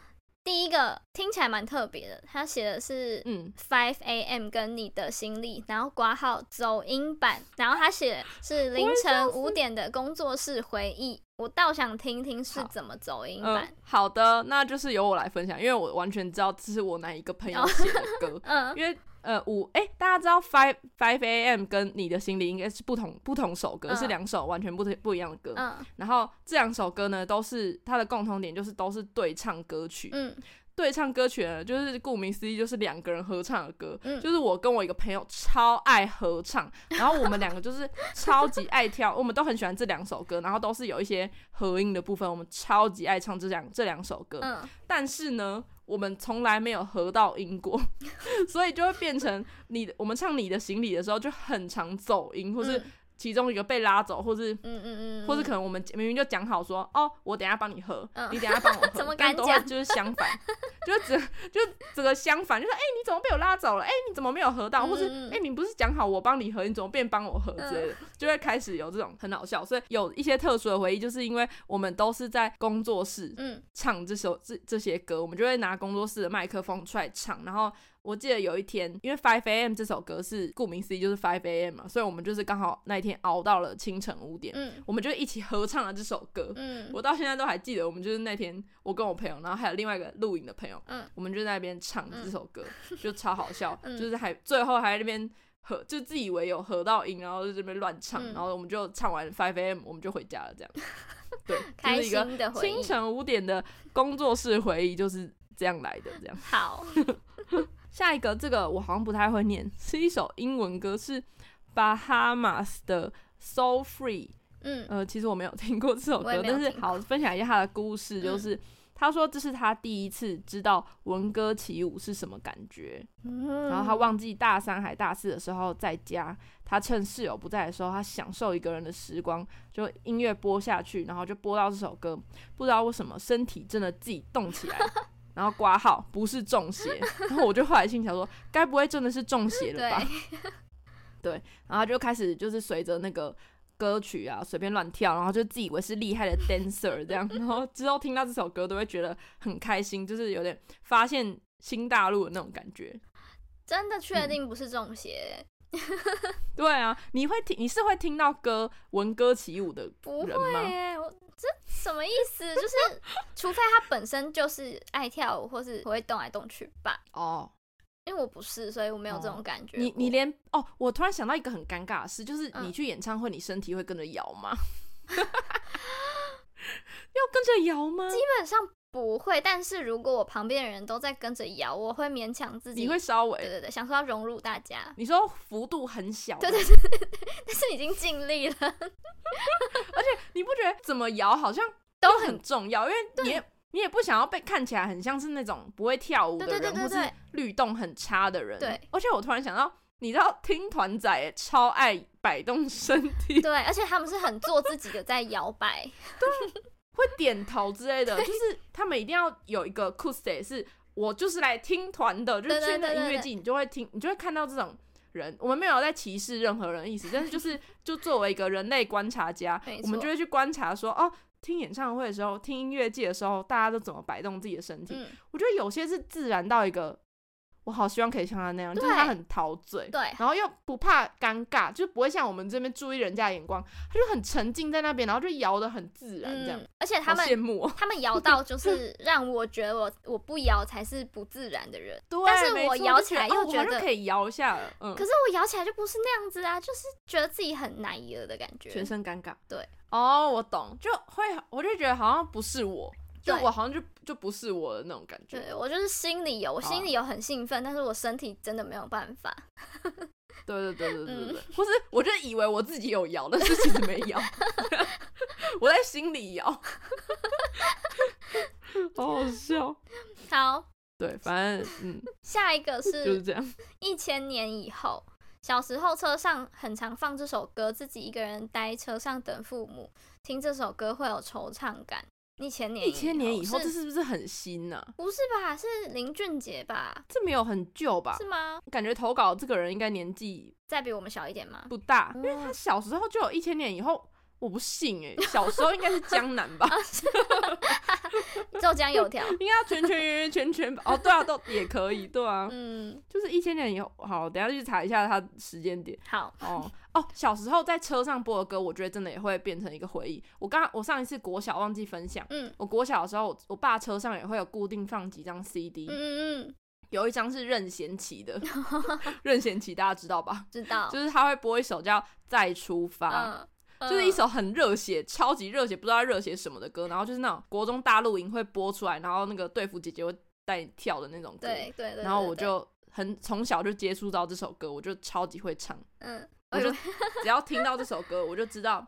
Speaker 1: 第一个听起来蛮特别的，他写的是
Speaker 2: 嗯，
Speaker 1: Five A.M. 跟你的心里，然后挂号走音版，然后他写是凌晨五点的工作室回忆，我倒想听听是怎么走音
Speaker 2: 呃
Speaker 1: 版。，
Speaker 2: 好的，那就是由我来分享，因为我完全知道这是我哪一个朋友写的歌，
Speaker 1: 嗯，
Speaker 2: 因为呃五哎、大家知道 Five Five A.M. 跟你的心里应该是不同不同首歌，
Speaker 1: 嗯
Speaker 2: 是两首完全不同不一样的歌。
Speaker 1: 嗯
Speaker 2: 然后这两首歌呢，都是它的共同点就是都是对唱歌曲。
Speaker 1: 嗯
Speaker 2: 对唱歌曲呢，就是顾名思义就是两个人合唱的歌。
Speaker 1: 嗯
Speaker 2: 就是我跟我一个朋友超爱合唱，然后我们两个就是超级爱跳，我们都很喜欢这两首歌，然后都是有一些合音的部分，我们超级爱唱这两这两首歌。
Speaker 1: 嗯，
Speaker 2: 但是呢，我们从来没有合到音过， 所以就会变成你的我们唱你的行李的时候就很常走音，或是
Speaker 1: 嗯
Speaker 2: 其中一个被拉走，或是。
Speaker 1: 嗯嗯嗯，
Speaker 2: 或是可能我们明明就讲好说，哦，我等一下帮你合，
Speaker 1: 嗯
Speaker 2: 你等一下 帮我合，
Speaker 1: 怎么
Speaker 2: 但
Speaker 1: 敢
Speaker 2: 都会
Speaker 1: 讲
Speaker 2: 就是相反， 就整就整个相反，就是哎、你怎么被我拉走了？哎、你怎么没有合到？或是
Speaker 1: 嗯嗯嗯
Speaker 2: 哎、你不是讲好我帮你合，你怎么变帮我合之类的，就会开始有这种很好笑。所以有一些特殊的回忆，就是因为我们都是在工作室
Speaker 1: 嗯
Speaker 2: 唱这首这这些歌，我们就会拿工作室的麦克风出来唱，然后。我记得有一天，因为 Five A.M. 这首歌是顾名思义就是 Five A.M. 嘛，所以我们就是刚好那一天熬到了清晨五点，
Speaker 1: 嗯
Speaker 2: 我们就一起合唱了这首歌。
Speaker 1: 嗯
Speaker 2: 我到现在都还记得，我们就是那天我跟我朋友，然后还有另外一个录影的朋友，
Speaker 1: 嗯
Speaker 2: 我们就在那边唱这首歌，就超好笑，
Speaker 1: 嗯
Speaker 2: 就是还最后还在那边合，就自以为有合到音，然后就这边乱唱，
Speaker 1: 嗯
Speaker 2: 然后我们就唱完 Five A.M. 我们就回家 了，这样。对，
Speaker 1: 开
Speaker 2: 就是一个
Speaker 1: 心的回忆
Speaker 2: 清。晨五点的工作室回忆就是这样来的，这样。
Speaker 1: 好，
Speaker 2: 下一个这个我好像不太会念，是一首英文歌，是 Bahamas 的 So Free。
Speaker 1: 嗯
Speaker 2: 呃，其实我没有听过这首
Speaker 1: 我也
Speaker 2: 歌，
Speaker 1: 没有
Speaker 2: 但是
Speaker 1: 听过
Speaker 2: 好分享一下他的故事，就
Speaker 1: 嗯
Speaker 2: 是、他说这是他第一次知道文歌起舞是什么感觉，
Speaker 1: 嗯，
Speaker 2: 然后他忘记大三还大四的时候在家，他趁室友不在的时候，他享受一个人的时光，就音乐播下去，然后就播到这首歌，不知道为什么身体真的自己动 起来。然后挂号不是中邪，然后我就后来心想说，该不会真的是中邪了
Speaker 1: 对
Speaker 2: 吧？ 然后就开始就是随着那个歌曲啊随便乱跳，然后就自以为是厉害的 dancer 这样，然后之后听到这首歌都会觉得很开心，就是有点发现新大陆的那种感觉。
Speaker 1: 真的确定不是中邪，
Speaker 2: 对啊，你会听，你是会听到歌闻歌起舞的
Speaker 1: 不
Speaker 2: 人吗
Speaker 1: 会耶，我这什么意思？就是除非他本身就是爱跳舞或是会动来动去吧。
Speaker 2: 哦。
Speaker 1: 因为我不是，所以我没有这种感觉过。
Speaker 2: 你你连哦，我突然想到一个很尴尬的事，就是
Speaker 1: 嗯
Speaker 2: 你去演唱会，你身 体 会跟着摇吗？要跟着摇吗？
Speaker 1: 基本上不会，但是如果我旁边的人都在跟着摇，我会勉强自己，
Speaker 2: 你会稍
Speaker 1: 对
Speaker 2: 微，
Speaker 1: 对对，想说要融入大家，
Speaker 2: 你说幅度很小，
Speaker 1: 对对但是已经尽力了，
Speaker 2: 你不觉得怎么摇好像
Speaker 1: 都
Speaker 2: 很
Speaker 1: 很
Speaker 2: 重要？因为你也你也不想要被看起来很像是那种不会跳舞的人，
Speaker 1: 对对对对
Speaker 2: 或是律动很差的人。
Speaker 1: 对，
Speaker 2: 而且我突然想到，你知道听团仔欸超爱摆动身体，
Speaker 1: 对，而且他们是很做自己的在摇摆，
Speaker 2: 会点头之类的，就是他们一定要有一个 c u s t 是我就是来听团的，就
Speaker 1: 对
Speaker 2: 是去
Speaker 1: 对
Speaker 2: 那
Speaker 1: 对对
Speaker 2: 音乐季，你就会听，你就会看到这种。人，我们没有在歧视任何人的意思，但是就是就作为一个人类观察家
Speaker 1: 没，错
Speaker 2: 我们就会去观察说，哦，听演唱会的时候，听音乐季的时候，大家都怎么摆动自己的身体，
Speaker 1: 嗯，
Speaker 2: 我觉得有些是自然到一个，我好希望可以像他那样，就是他
Speaker 1: 对
Speaker 2: 很陶醉，
Speaker 1: 对
Speaker 2: 然后又不怕尴尬，就不会像我们这边注意人家的眼光，他就很沉浸在那边，然后就摇的很自然，这样、
Speaker 1: 嗯，而且
Speaker 2: 好
Speaker 1: 他们
Speaker 2: 羡慕、哦。
Speaker 1: 他们摇到就是让我觉得我我不摇才是不自然的人，
Speaker 2: 对，
Speaker 1: 但是
Speaker 2: 没
Speaker 1: 我
Speaker 2: 错
Speaker 1: 摇
Speaker 2: 就
Speaker 1: 起来
Speaker 2: 觉
Speaker 1: 又
Speaker 2: 哦我
Speaker 1: 觉
Speaker 2: 好像
Speaker 1: 得
Speaker 2: 可以摇一下了，嗯，
Speaker 1: 可是我摇起来就不是那样子啊，就是觉得自己很难摇的感觉。
Speaker 2: 全身尴尬。
Speaker 1: 对，
Speaker 2: 哦，我懂，就会我就觉得好像不是我，就
Speaker 1: 对
Speaker 2: 我好像就就不是我的那种感觉。
Speaker 1: 对我就是心里有，我
Speaker 2: 好
Speaker 1: 心里有很兴奋，但是我身体真的没有办法。
Speaker 2: 对对对对对
Speaker 1: 嗯
Speaker 2: 对对，或是我就以为我自己有摇，但是其实没 摇， 我在心里摇，好好笑。
Speaker 1: 好，
Speaker 2: 对，反正嗯，
Speaker 1: 下一个
Speaker 2: 就是
Speaker 1: 是
Speaker 2: 这样。
Speaker 1: 一千年以后，小时候车上很常放这首歌，自己一个人待车上等父母，听这首歌会有惆怅感。一千年
Speaker 2: 一千年以后，
Speaker 1: 嗯
Speaker 2: 这
Speaker 1: 是
Speaker 2: 是不是很新呐、
Speaker 1: 不是吧？是林俊杰吧？
Speaker 2: 这没有很旧吧
Speaker 1: 是？吗？
Speaker 2: 感觉投稿这个人应该年纪
Speaker 1: 再比我们小一点吗？
Speaker 2: 不大，因为
Speaker 1: 哦
Speaker 2: 他小时候就有一千年以后。我不信哎、 小时候应该是江南吧，
Speaker 1: 豆浆油条。
Speaker 2: 应该要圈圈圆圆圈圈吧。哦，对啊，都也可以，对啊，
Speaker 1: 嗯，
Speaker 2: 就是一千年以后。好，等一下去查一下他时间点。
Speaker 1: 好，
Speaker 2: 哦哦，小时候在车上播的歌，我觉得真的也会变成一个回忆。我刚我上一次国小忘记分享，
Speaker 1: 嗯
Speaker 2: 我国小的时候，我我爸车上也会有固定放几张 CD，、
Speaker 1: 嗯嗯嗯，
Speaker 2: 有一张是任贤齐 的，任贤齐大家知道吧？
Speaker 1: 知道。
Speaker 2: 就是他会播一首叫《再出发》。
Speaker 1: 嗯，
Speaker 2: 就是一首很热血、超级热血，不知道在热血什么的歌，然后就是那种国中大露营会播出来，然后那个队服姐姐会带你跳的那种歌，
Speaker 1: 对对对对
Speaker 2: 然后我
Speaker 1: 对
Speaker 2: 就很从小就接触到这首歌，我就超级会唱。
Speaker 1: 嗯，
Speaker 2: 我
Speaker 1: 哎
Speaker 2: 就
Speaker 1: 呦
Speaker 2: 只要听到这首歌，我就知道，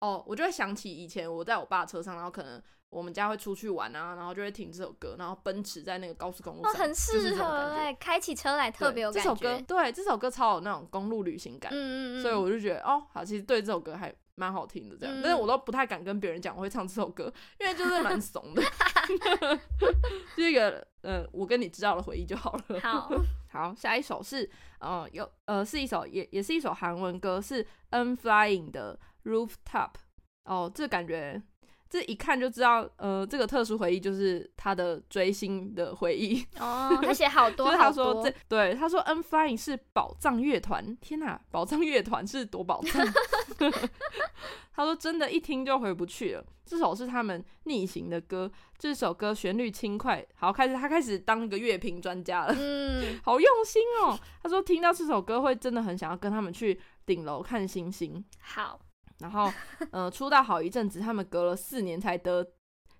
Speaker 2: 哦，我就会想起以前我在我爸车上，然后可能我们家会出去玩啊，然后就会听这首歌，然后奔驰在那个高速公路
Speaker 1: 哦，
Speaker 2: 上，
Speaker 1: 很
Speaker 2: 就是
Speaker 1: 适
Speaker 2: 这种
Speaker 1: 合
Speaker 2: 感觉
Speaker 1: 哎、开起车来特
Speaker 2: 对
Speaker 1: 别有
Speaker 2: 这
Speaker 1: 感觉。
Speaker 2: 首歌，对，这首歌超有那种公路旅行感，
Speaker 1: 嗯嗯嗯，
Speaker 2: 所以我就觉得，哦，好，其实对这首歌还蛮好听的这样，
Speaker 1: 嗯
Speaker 2: 但是我都不太敢跟别人讲我会唱这首歌，因为就是蛮怂 的，就是一个呃，我跟你知道的回忆就好了。
Speaker 1: 好，
Speaker 2: 好，下一首是呃有呃是一首也也是一首韩文歌，是 N Flying 的 Rooftop。哦，这感觉这一看就知道，呃，这个特殊回忆就是他的追星的回忆。
Speaker 1: 哦， 他写好
Speaker 2: 就
Speaker 1: 多
Speaker 2: 是
Speaker 1: 好
Speaker 2: 他
Speaker 1: 多，
Speaker 2: 说这对他说 N Flying 是宝藏乐团，天哪、宝藏乐团是多宝 藏？他说真的，一听就回不去了。这首是他们逆行的歌，这首歌旋律轻快，好开始他开始当一个乐评专家了。
Speaker 1: 嗯，
Speaker 2: 好用心哦。他说听到这首歌会真的很想要跟他们去顶楼看星星。
Speaker 1: 好，
Speaker 2: 然后，呃，出道好一阵子，他们隔了四年才得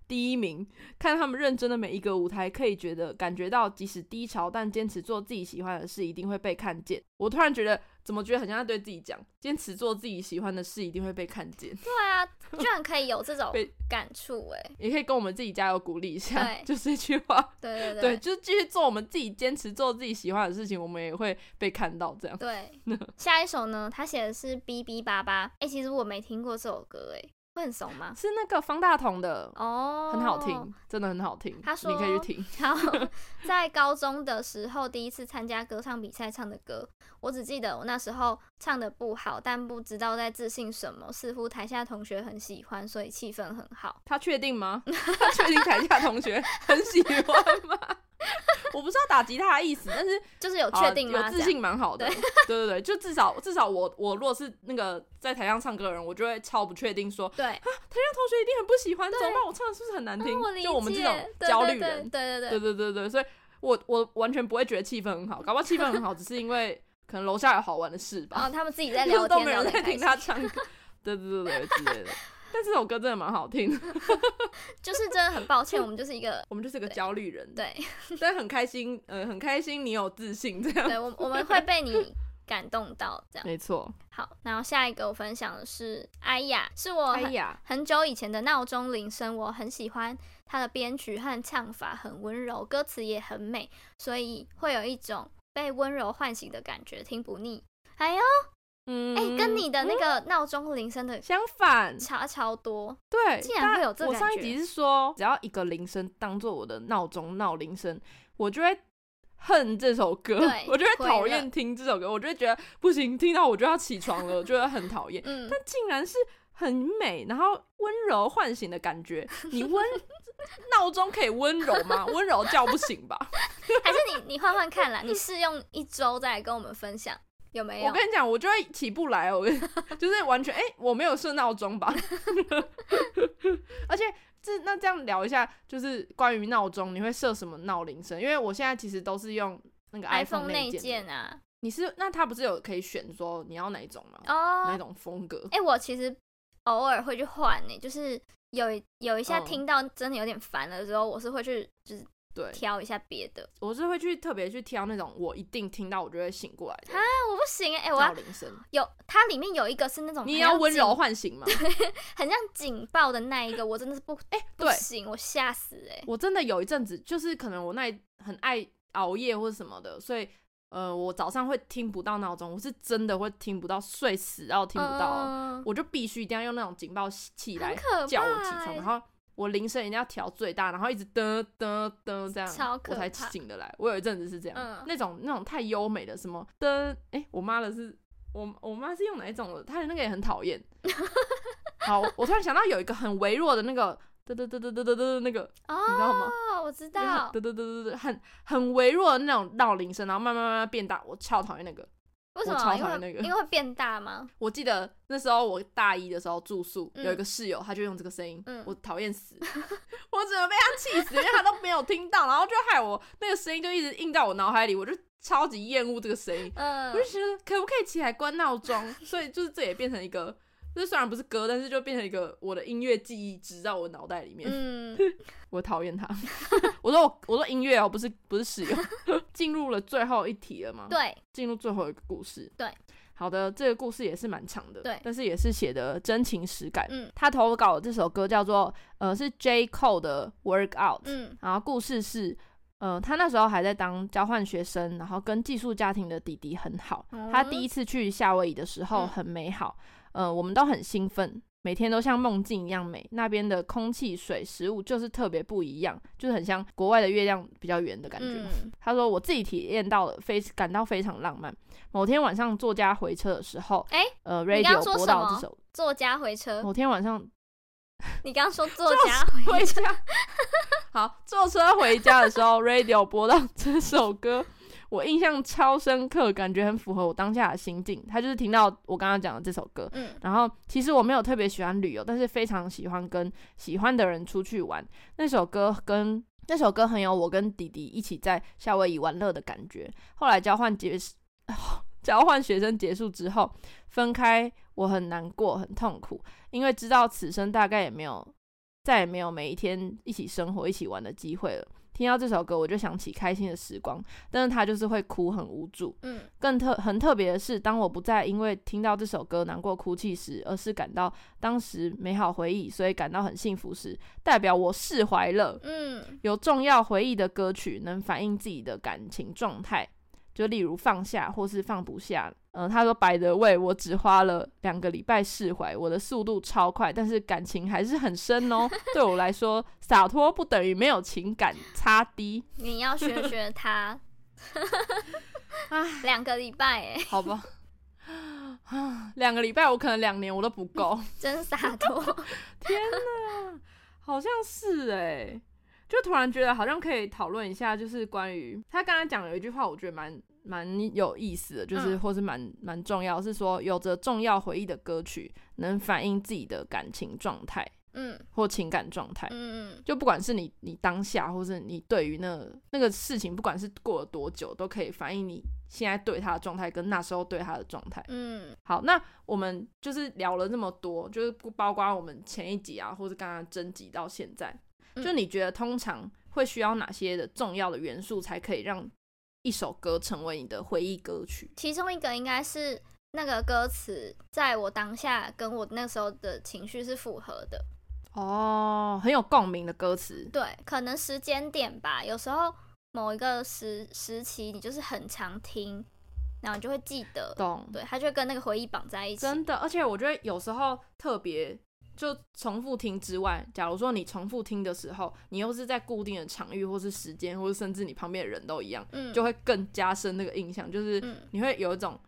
Speaker 2: 第一名。看他们认真的每一个舞台，可以觉得感觉到，即使低潮，但坚持做自己喜欢的事，一定会被看见。我突然觉得，怎么觉得很像在对自己讲，坚持做自己喜欢的事，一定会被看见。
Speaker 1: 对啊，居然可以有这种
Speaker 2: 被
Speaker 1: 感触哎、
Speaker 2: 也可以跟我们自己加油鼓励一下，
Speaker 1: 对
Speaker 2: 就这句话。
Speaker 1: 对对
Speaker 2: 对，
Speaker 1: 对
Speaker 2: 就是继续做我们自己坚持做自己喜欢的事情，我们也会被看到这样。
Speaker 1: 对
Speaker 2: 嗯
Speaker 1: 下一首呢，他写的是 B B 八八，哎，其实我没听过这首歌哎、会很怂吗？
Speaker 2: 是那个方大同的，
Speaker 1: 哦，
Speaker 2: 很好听，真的很好听。
Speaker 1: 他说
Speaker 2: 你可以去听。
Speaker 1: 然后在高中的时候，第一次参加歌唱比赛唱的歌，我只记得我那时候唱的不好，但不知道在自信什么，似乎台下同学很喜欢，所以气氛很好。
Speaker 2: 他确定 吗？他确定台下同学很喜欢吗？ 我不知道打击他的意思，但是
Speaker 1: 就是有
Speaker 2: 好啊
Speaker 1: 哦确定吗？
Speaker 2: 有自
Speaker 1: 这样
Speaker 2: 信蛮好的。 对对对，就至少至少我我如果是那个在台上唱歌的人，我就会超不确定说，
Speaker 1: 对，
Speaker 2: 台下同学一定很不喜欢，怎
Speaker 1: 对
Speaker 2: 么办？我唱的是不是很难听？
Speaker 1: 嗯我理解。
Speaker 2: 就我们这种焦虑人，
Speaker 1: 对对对对
Speaker 2: 对对对对，所以我我完全不会觉得气氛很好，搞不好气氛很好，只是因为可能楼下有好玩的事吧
Speaker 1: 哦 然。后他们自己在
Speaker 2: 就是
Speaker 1: 聊
Speaker 2: 都
Speaker 1: 天，
Speaker 2: 没有
Speaker 1: 聊得
Speaker 2: 人在
Speaker 1: 很
Speaker 2: 听
Speaker 1: 开
Speaker 2: 他
Speaker 1: 心。
Speaker 2: 唱歌，对对对对之类的。 但这首歌真的蛮好听的，
Speaker 1: 就是真的很抱歉，我们就是一个
Speaker 2: 我们就是个焦虑人，
Speaker 1: 对
Speaker 2: 但很开心，呃，很开心你有自信这样，
Speaker 1: 对，我我们会被你感动到这样。
Speaker 2: 没错。
Speaker 1: 好，然后下一个我分享的是《哎呀》，是我
Speaker 2: 哎
Speaker 1: 很
Speaker 2: 呀，
Speaker 1: 很久以前的闹钟铃声，我很喜欢它的编曲和唱法，很温柔，歌词也很美，所以会有一种被温柔唤醒的感觉，听不腻。哎呦，
Speaker 2: 嗯，
Speaker 1: 哎、跟你的那个闹钟铃声的
Speaker 2: 相反，
Speaker 1: 差超多，
Speaker 2: 对，
Speaker 1: 竟然
Speaker 2: 大
Speaker 1: 会有这
Speaker 2: 我
Speaker 1: 感
Speaker 2: 上一
Speaker 1: 觉
Speaker 2: 集是说，只要一个铃声当做我的闹钟闹铃声，我就会恨这首歌
Speaker 1: 对，
Speaker 2: 我就会
Speaker 1: 毁
Speaker 2: 讨
Speaker 1: 了
Speaker 2: 厌听这首歌，我就会觉得不行，听到我就要起床了，我就会很讨厌。
Speaker 1: 嗯，
Speaker 2: 但竟然是很美，然后温柔唤醒的感觉，你温 闹钟可以温柔吗？温柔叫不醒吧？
Speaker 1: 还是你你换换看啦，你试用一周再来跟我们分享有没
Speaker 2: 我
Speaker 1: 有？
Speaker 2: 跟你讲，我就会起不来，我 就是完全哎、我没有设闹钟吧。 而且这那这样聊一下，就是关于闹钟，你会设什么闹铃声？因为我现在其实都是用那个
Speaker 1: iPhone 内
Speaker 2: 内建的。
Speaker 1: 建啊，
Speaker 2: 你是那它不是有可以选说你要哪一种吗？
Speaker 1: 哦，
Speaker 2: 哪一种风格？
Speaker 1: 哎、我其实偶尔会去换呢、就是有一有一下
Speaker 2: 嗯
Speaker 1: 听到真的有点烦了之后，我是会去就是
Speaker 2: 对，
Speaker 1: 挑一下别的。
Speaker 2: 我是会去特别去挑那种我一定听到我就会醒过来的
Speaker 1: 但我不行哎、欸我
Speaker 2: 闹
Speaker 1: 要哦
Speaker 2: 铃声。
Speaker 1: 有它里面有一个是那种
Speaker 2: 你
Speaker 1: 很
Speaker 2: 要
Speaker 1: 像
Speaker 2: 温柔
Speaker 1: 警，
Speaker 2: 唤 醒吗？
Speaker 1: 很像警报的那一个，我真的是不
Speaker 2: 哎、
Speaker 1: 不
Speaker 2: 对
Speaker 1: 行，我吓死哎、
Speaker 2: 我真的有一阵子，就是可能我那一很爱熬夜或者什么的，所以呃，我早上会听不到闹钟，我是真的会听不到，睡死到听不到哦，
Speaker 1: 嗯
Speaker 2: 我就必须一定要用那种警报器
Speaker 1: 很
Speaker 2: 来
Speaker 1: 可怕、欸，
Speaker 2: 叫我起床，然后我铃声一定要调最大，然后一直噔噔噔这
Speaker 1: 超
Speaker 2: 样，
Speaker 1: 可
Speaker 2: 我才
Speaker 1: 怕
Speaker 2: 醒得来。我有一阵子是这样，
Speaker 1: 嗯
Speaker 2: 那种那种太优美的什么噔，哎、我妈的是我我妈是用哪一种的？她的那个也很 讨厌。好，我突然想到有一个很微弱的那个噔噔噔噔噔噔噔那个，你知道吗？
Speaker 1: 哦，我知
Speaker 2: 就是很
Speaker 1: 道
Speaker 2: 对对对对对，很很微弱的那种闹铃声，然后慢慢慢慢变大，我超讨厌那个。
Speaker 1: 为什
Speaker 2: 我超
Speaker 1: 么，因
Speaker 2: 讨
Speaker 1: 为
Speaker 2: 厌那个
Speaker 1: 因为会变大吗？
Speaker 2: 我记得那时候我大一的时候住宿，
Speaker 1: 嗯
Speaker 2: 有一个室友，他就用这个声音，
Speaker 1: 嗯
Speaker 2: 我讨厌死， 我只能被他气死，因为他都没有听到，然后就害我那个声音就一直印到我脑海里，我就超级厌恶这个声音，
Speaker 1: 嗯
Speaker 2: 我 就，觉得可不可以起来关闹钟？ 所以就是这也变成一个，这虽然不是歌，但是就变成一个我的音乐记忆植到我脑袋里面。
Speaker 1: 嗯，
Speaker 2: 我讨厌他。 我说我我说音乐哦，不是不是室友。 进入了最后一题了吗？，
Speaker 1: 对，
Speaker 2: 进入最后一个故事。
Speaker 1: 对，
Speaker 2: 好的，这个故事也是蛮长的，
Speaker 1: 对
Speaker 2: 但是也是写的真情实感。
Speaker 1: 嗯
Speaker 2: 他投稿的这首歌叫做呃是 J Cole 的 Work Out，、
Speaker 1: 嗯
Speaker 2: 然后故事是。呃，他那时候还在当交换学生，然后跟寄宿家庭的弟弟很好。
Speaker 1: 嗯
Speaker 2: 他第一次去夏威夷的时候
Speaker 1: 嗯
Speaker 2: 很美好，呃，我们都很兴奋，每天都像梦境一样美。那边的空气、水、食物就是特别不一样，就是很像国外的月亮比较圆的感觉。
Speaker 1: 嗯
Speaker 2: 他说我自己体验到了，非感到非常浪漫。某天晚上坐家回车的时候，
Speaker 1: 诶
Speaker 2: 呃
Speaker 1: 你刚
Speaker 2: ，radio
Speaker 1: 刚说
Speaker 2: 播
Speaker 1: 什
Speaker 2: 到
Speaker 1: 么呃
Speaker 2: 这首。
Speaker 1: 作哎家回车，
Speaker 2: 某天 晚上
Speaker 1: 你刚刚说作
Speaker 2: 哦就是
Speaker 1: 家回
Speaker 2: 回家。 好，坐车回家的时 候，radio 播到这首歌，我印象超深刻，感觉很符合我当下的心境。他就是听到我刚刚讲的这首歌，
Speaker 1: 嗯
Speaker 2: 然后其实我没有特别喜欢旅游，但是非常喜欢跟喜欢的人出去玩。那首歌跟那首歌很有我跟弟弟一起在夏威夷玩乐的感觉。后来交换结束， 交换学生结束之后分开，我很难过，很痛苦，因为知道此生大概也没有再也没有每一天一起生活、一起玩的机会了。听到这首歌，我就想起开心的时光，但是他就是会哭，很无助。
Speaker 1: 嗯
Speaker 2: 更特很特别的是，当我不再因为听到这首歌难过哭泣时，而是感到当时美好回忆，所以感到很幸福时，代表我释怀了。
Speaker 1: 嗯，
Speaker 2: 有重要回忆的歌曲能反映自己的感情状态，就例如放下或是放不下。嗯、他说白的位，我只花了两个礼拜释怀，我的速度超快，但是感情还是很深哦。对我来说，洒脱不等于没有情感，擦低。
Speaker 1: 你要学学 他。两个礼拜哎，
Speaker 2: 好 吧，两个礼拜我可能两年我都不够，
Speaker 1: 真洒脱。
Speaker 2: 好像是哎、就突然觉得好像可以讨论一下，就是关于他刚才讲有一句话，我觉得蛮蛮有意思的，就是、
Speaker 1: 嗯
Speaker 2: 或是蛮蛮重要，是说有着重要回忆的歌曲能反映自己的感情状态。
Speaker 1: 嗯
Speaker 2: 或情感状态。
Speaker 1: 嗯嗯，
Speaker 2: 就不管是你你当下，或是你对于那那个事情，不管是过了多久，都可以反映你现在对他的状态跟那时候对他的状态。
Speaker 1: 嗯
Speaker 2: 好，那我们就是聊了那么多，就是不包括我们前一集啊，或是刚刚征集到现在，
Speaker 1: 嗯
Speaker 2: 就你觉得通常会需要哪些的重要的元素，才可以让一首歌成为你的回忆歌曲？
Speaker 1: 其中一个应该是那个歌词，在我当下跟我那时候的情绪是符合的。
Speaker 2: 哦，很有共鸣的歌词，
Speaker 1: 对，可能时间点吧，有时候某一个时时期你就是很常听，然后你就会记得，
Speaker 2: 懂？
Speaker 1: 对，它就会跟那个回忆绑在一起。
Speaker 2: 真的，而且我觉得有时候特别就重复听之外，假如说你重复听的时候，你又是在固定的场域或是时间，或是甚至你旁边的人都一样，
Speaker 1: 嗯，
Speaker 2: 就会更加深那个印象，就是
Speaker 1: 嗯
Speaker 2: 你会有一种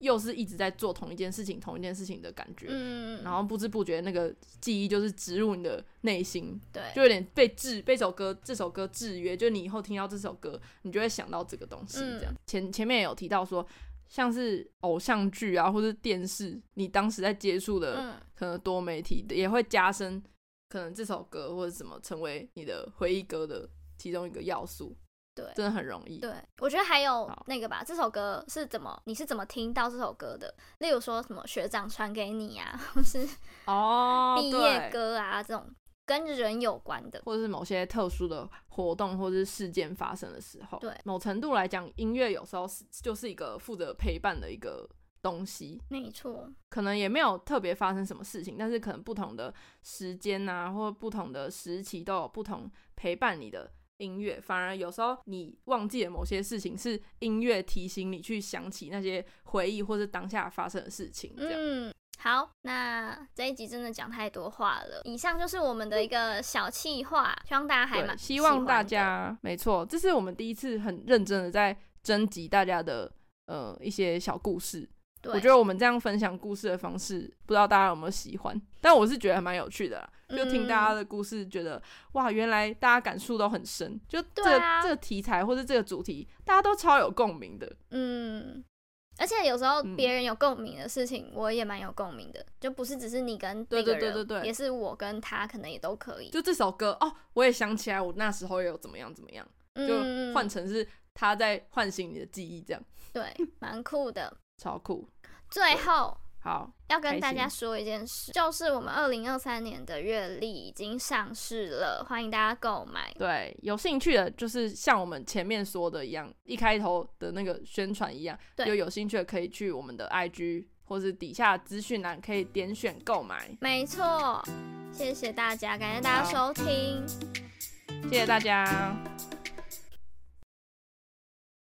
Speaker 2: 又是一直在做同一件事情、同一件事情的感觉，
Speaker 1: 嗯，
Speaker 2: 然后不知不觉那个记忆就是植入你的内心，
Speaker 1: 对，
Speaker 2: 就有点被制被首歌这首歌制约，就你以后听到这首歌，你就会想到这个东西。
Speaker 1: 嗯
Speaker 2: 这样、前前面也有提到说，像是偶像剧啊，或是电视，你当时在接触的、
Speaker 1: 嗯
Speaker 2: 可能多媒体的，也会加深可能这首歌或者什么成为你的回忆歌的其中一个要素，
Speaker 1: 对
Speaker 2: 真的很容易。
Speaker 1: 对，我觉得还有
Speaker 2: 好
Speaker 1: 那个吧，这首歌是怎么你是怎么听到这首歌的？例如说什么学长传给你啊，或是
Speaker 2: 哦，
Speaker 1: 毕业
Speaker 2: 对，
Speaker 1: 歌啊、这种跟人有关的。
Speaker 2: 或者是某些特殊的活动或者是事件发生的时候，
Speaker 1: 对
Speaker 2: 某程度来讲，音乐有时候是就是一个负责陪伴的一个东西。
Speaker 1: 没错，
Speaker 2: 可能也没有特别发生什么事情，但是可能不同的时间啊，或不同的时期都有不同陪伴你的音乐。反而有时候你忘记了某些事情，是音乐提醒你去想起那些回忆或是当下发生的事情。这样，
Speaker 1: 嗯，好，那这一集真的讲太多话了。以上就是我们的一个小气话，希望大家还
Speaker 2: 对
Speaker 1: 蛮
Speaker 2: 希
Speaker 1: 喜
Speaker 2: 望
Speaker 1: 欢
Speaker 2: 大
Speaker 1: 的
Speaker 2: 家没错，这是我们第一次很认真的在征集大家的呃一些小故事。
Speaker 1: 对，
Speaker 2: 我觉得我们这样分享故事的方式，不知道大家有没有喜欢，但我是觉得还蛮有趣的啦。就听大家
Speaker 1: 嗯
Speaker 2: 的故事，觉得、哇，原来大家感触都很深，就这
Speaker 1: 对
Speaker 2: 个、
Speaker 1: 啊
Speaker 2: 这个题材或者这个主题，大家都超有共鸣的。
Speaker 1: 嗯。而且有时候
Speaker 2: 嗯
Speaker 1: 别人有共鸣的事情，我也蛮有共鸣的，就不是只是你跟
Speaker 2: 对
Speaker 1: 那个人，
Speaker 2: 对对对对
Speaker 1: 也是我跟他，可能也都可以。
Speaker 2: 就这首歌哦，我也想起来，我那时候也有怎么样怎么样，就
Speaker 1: 嗯
Speaker 2: 换成是他在唤醒你的记忆，这样
Speaker 1: 对，蛮酷的。
Speaker 2: 超酷。
Speaker 1: 最后
Speaker 2: 好，
Speaker 1: 要跟
Speaker 2: 开
Speaker 1: 大家
Speaker 2: 心
Speaker 1: 说一件事，就是我们二零二三年的月历已经上市了，欢迎大家购买。
Speaker 2: 对，有兴趣的，就是像我们前面说的一样，一开头的那个宣传一样，
Speaker 1: 对
Speaker 2: 就有兴趣的可以去我们的 IG 或是底下资讯栏可以点选购买。
Speaker 1: 没错，谢谢大家，感谢大家收听，
Speaker 2: 谢谢大家，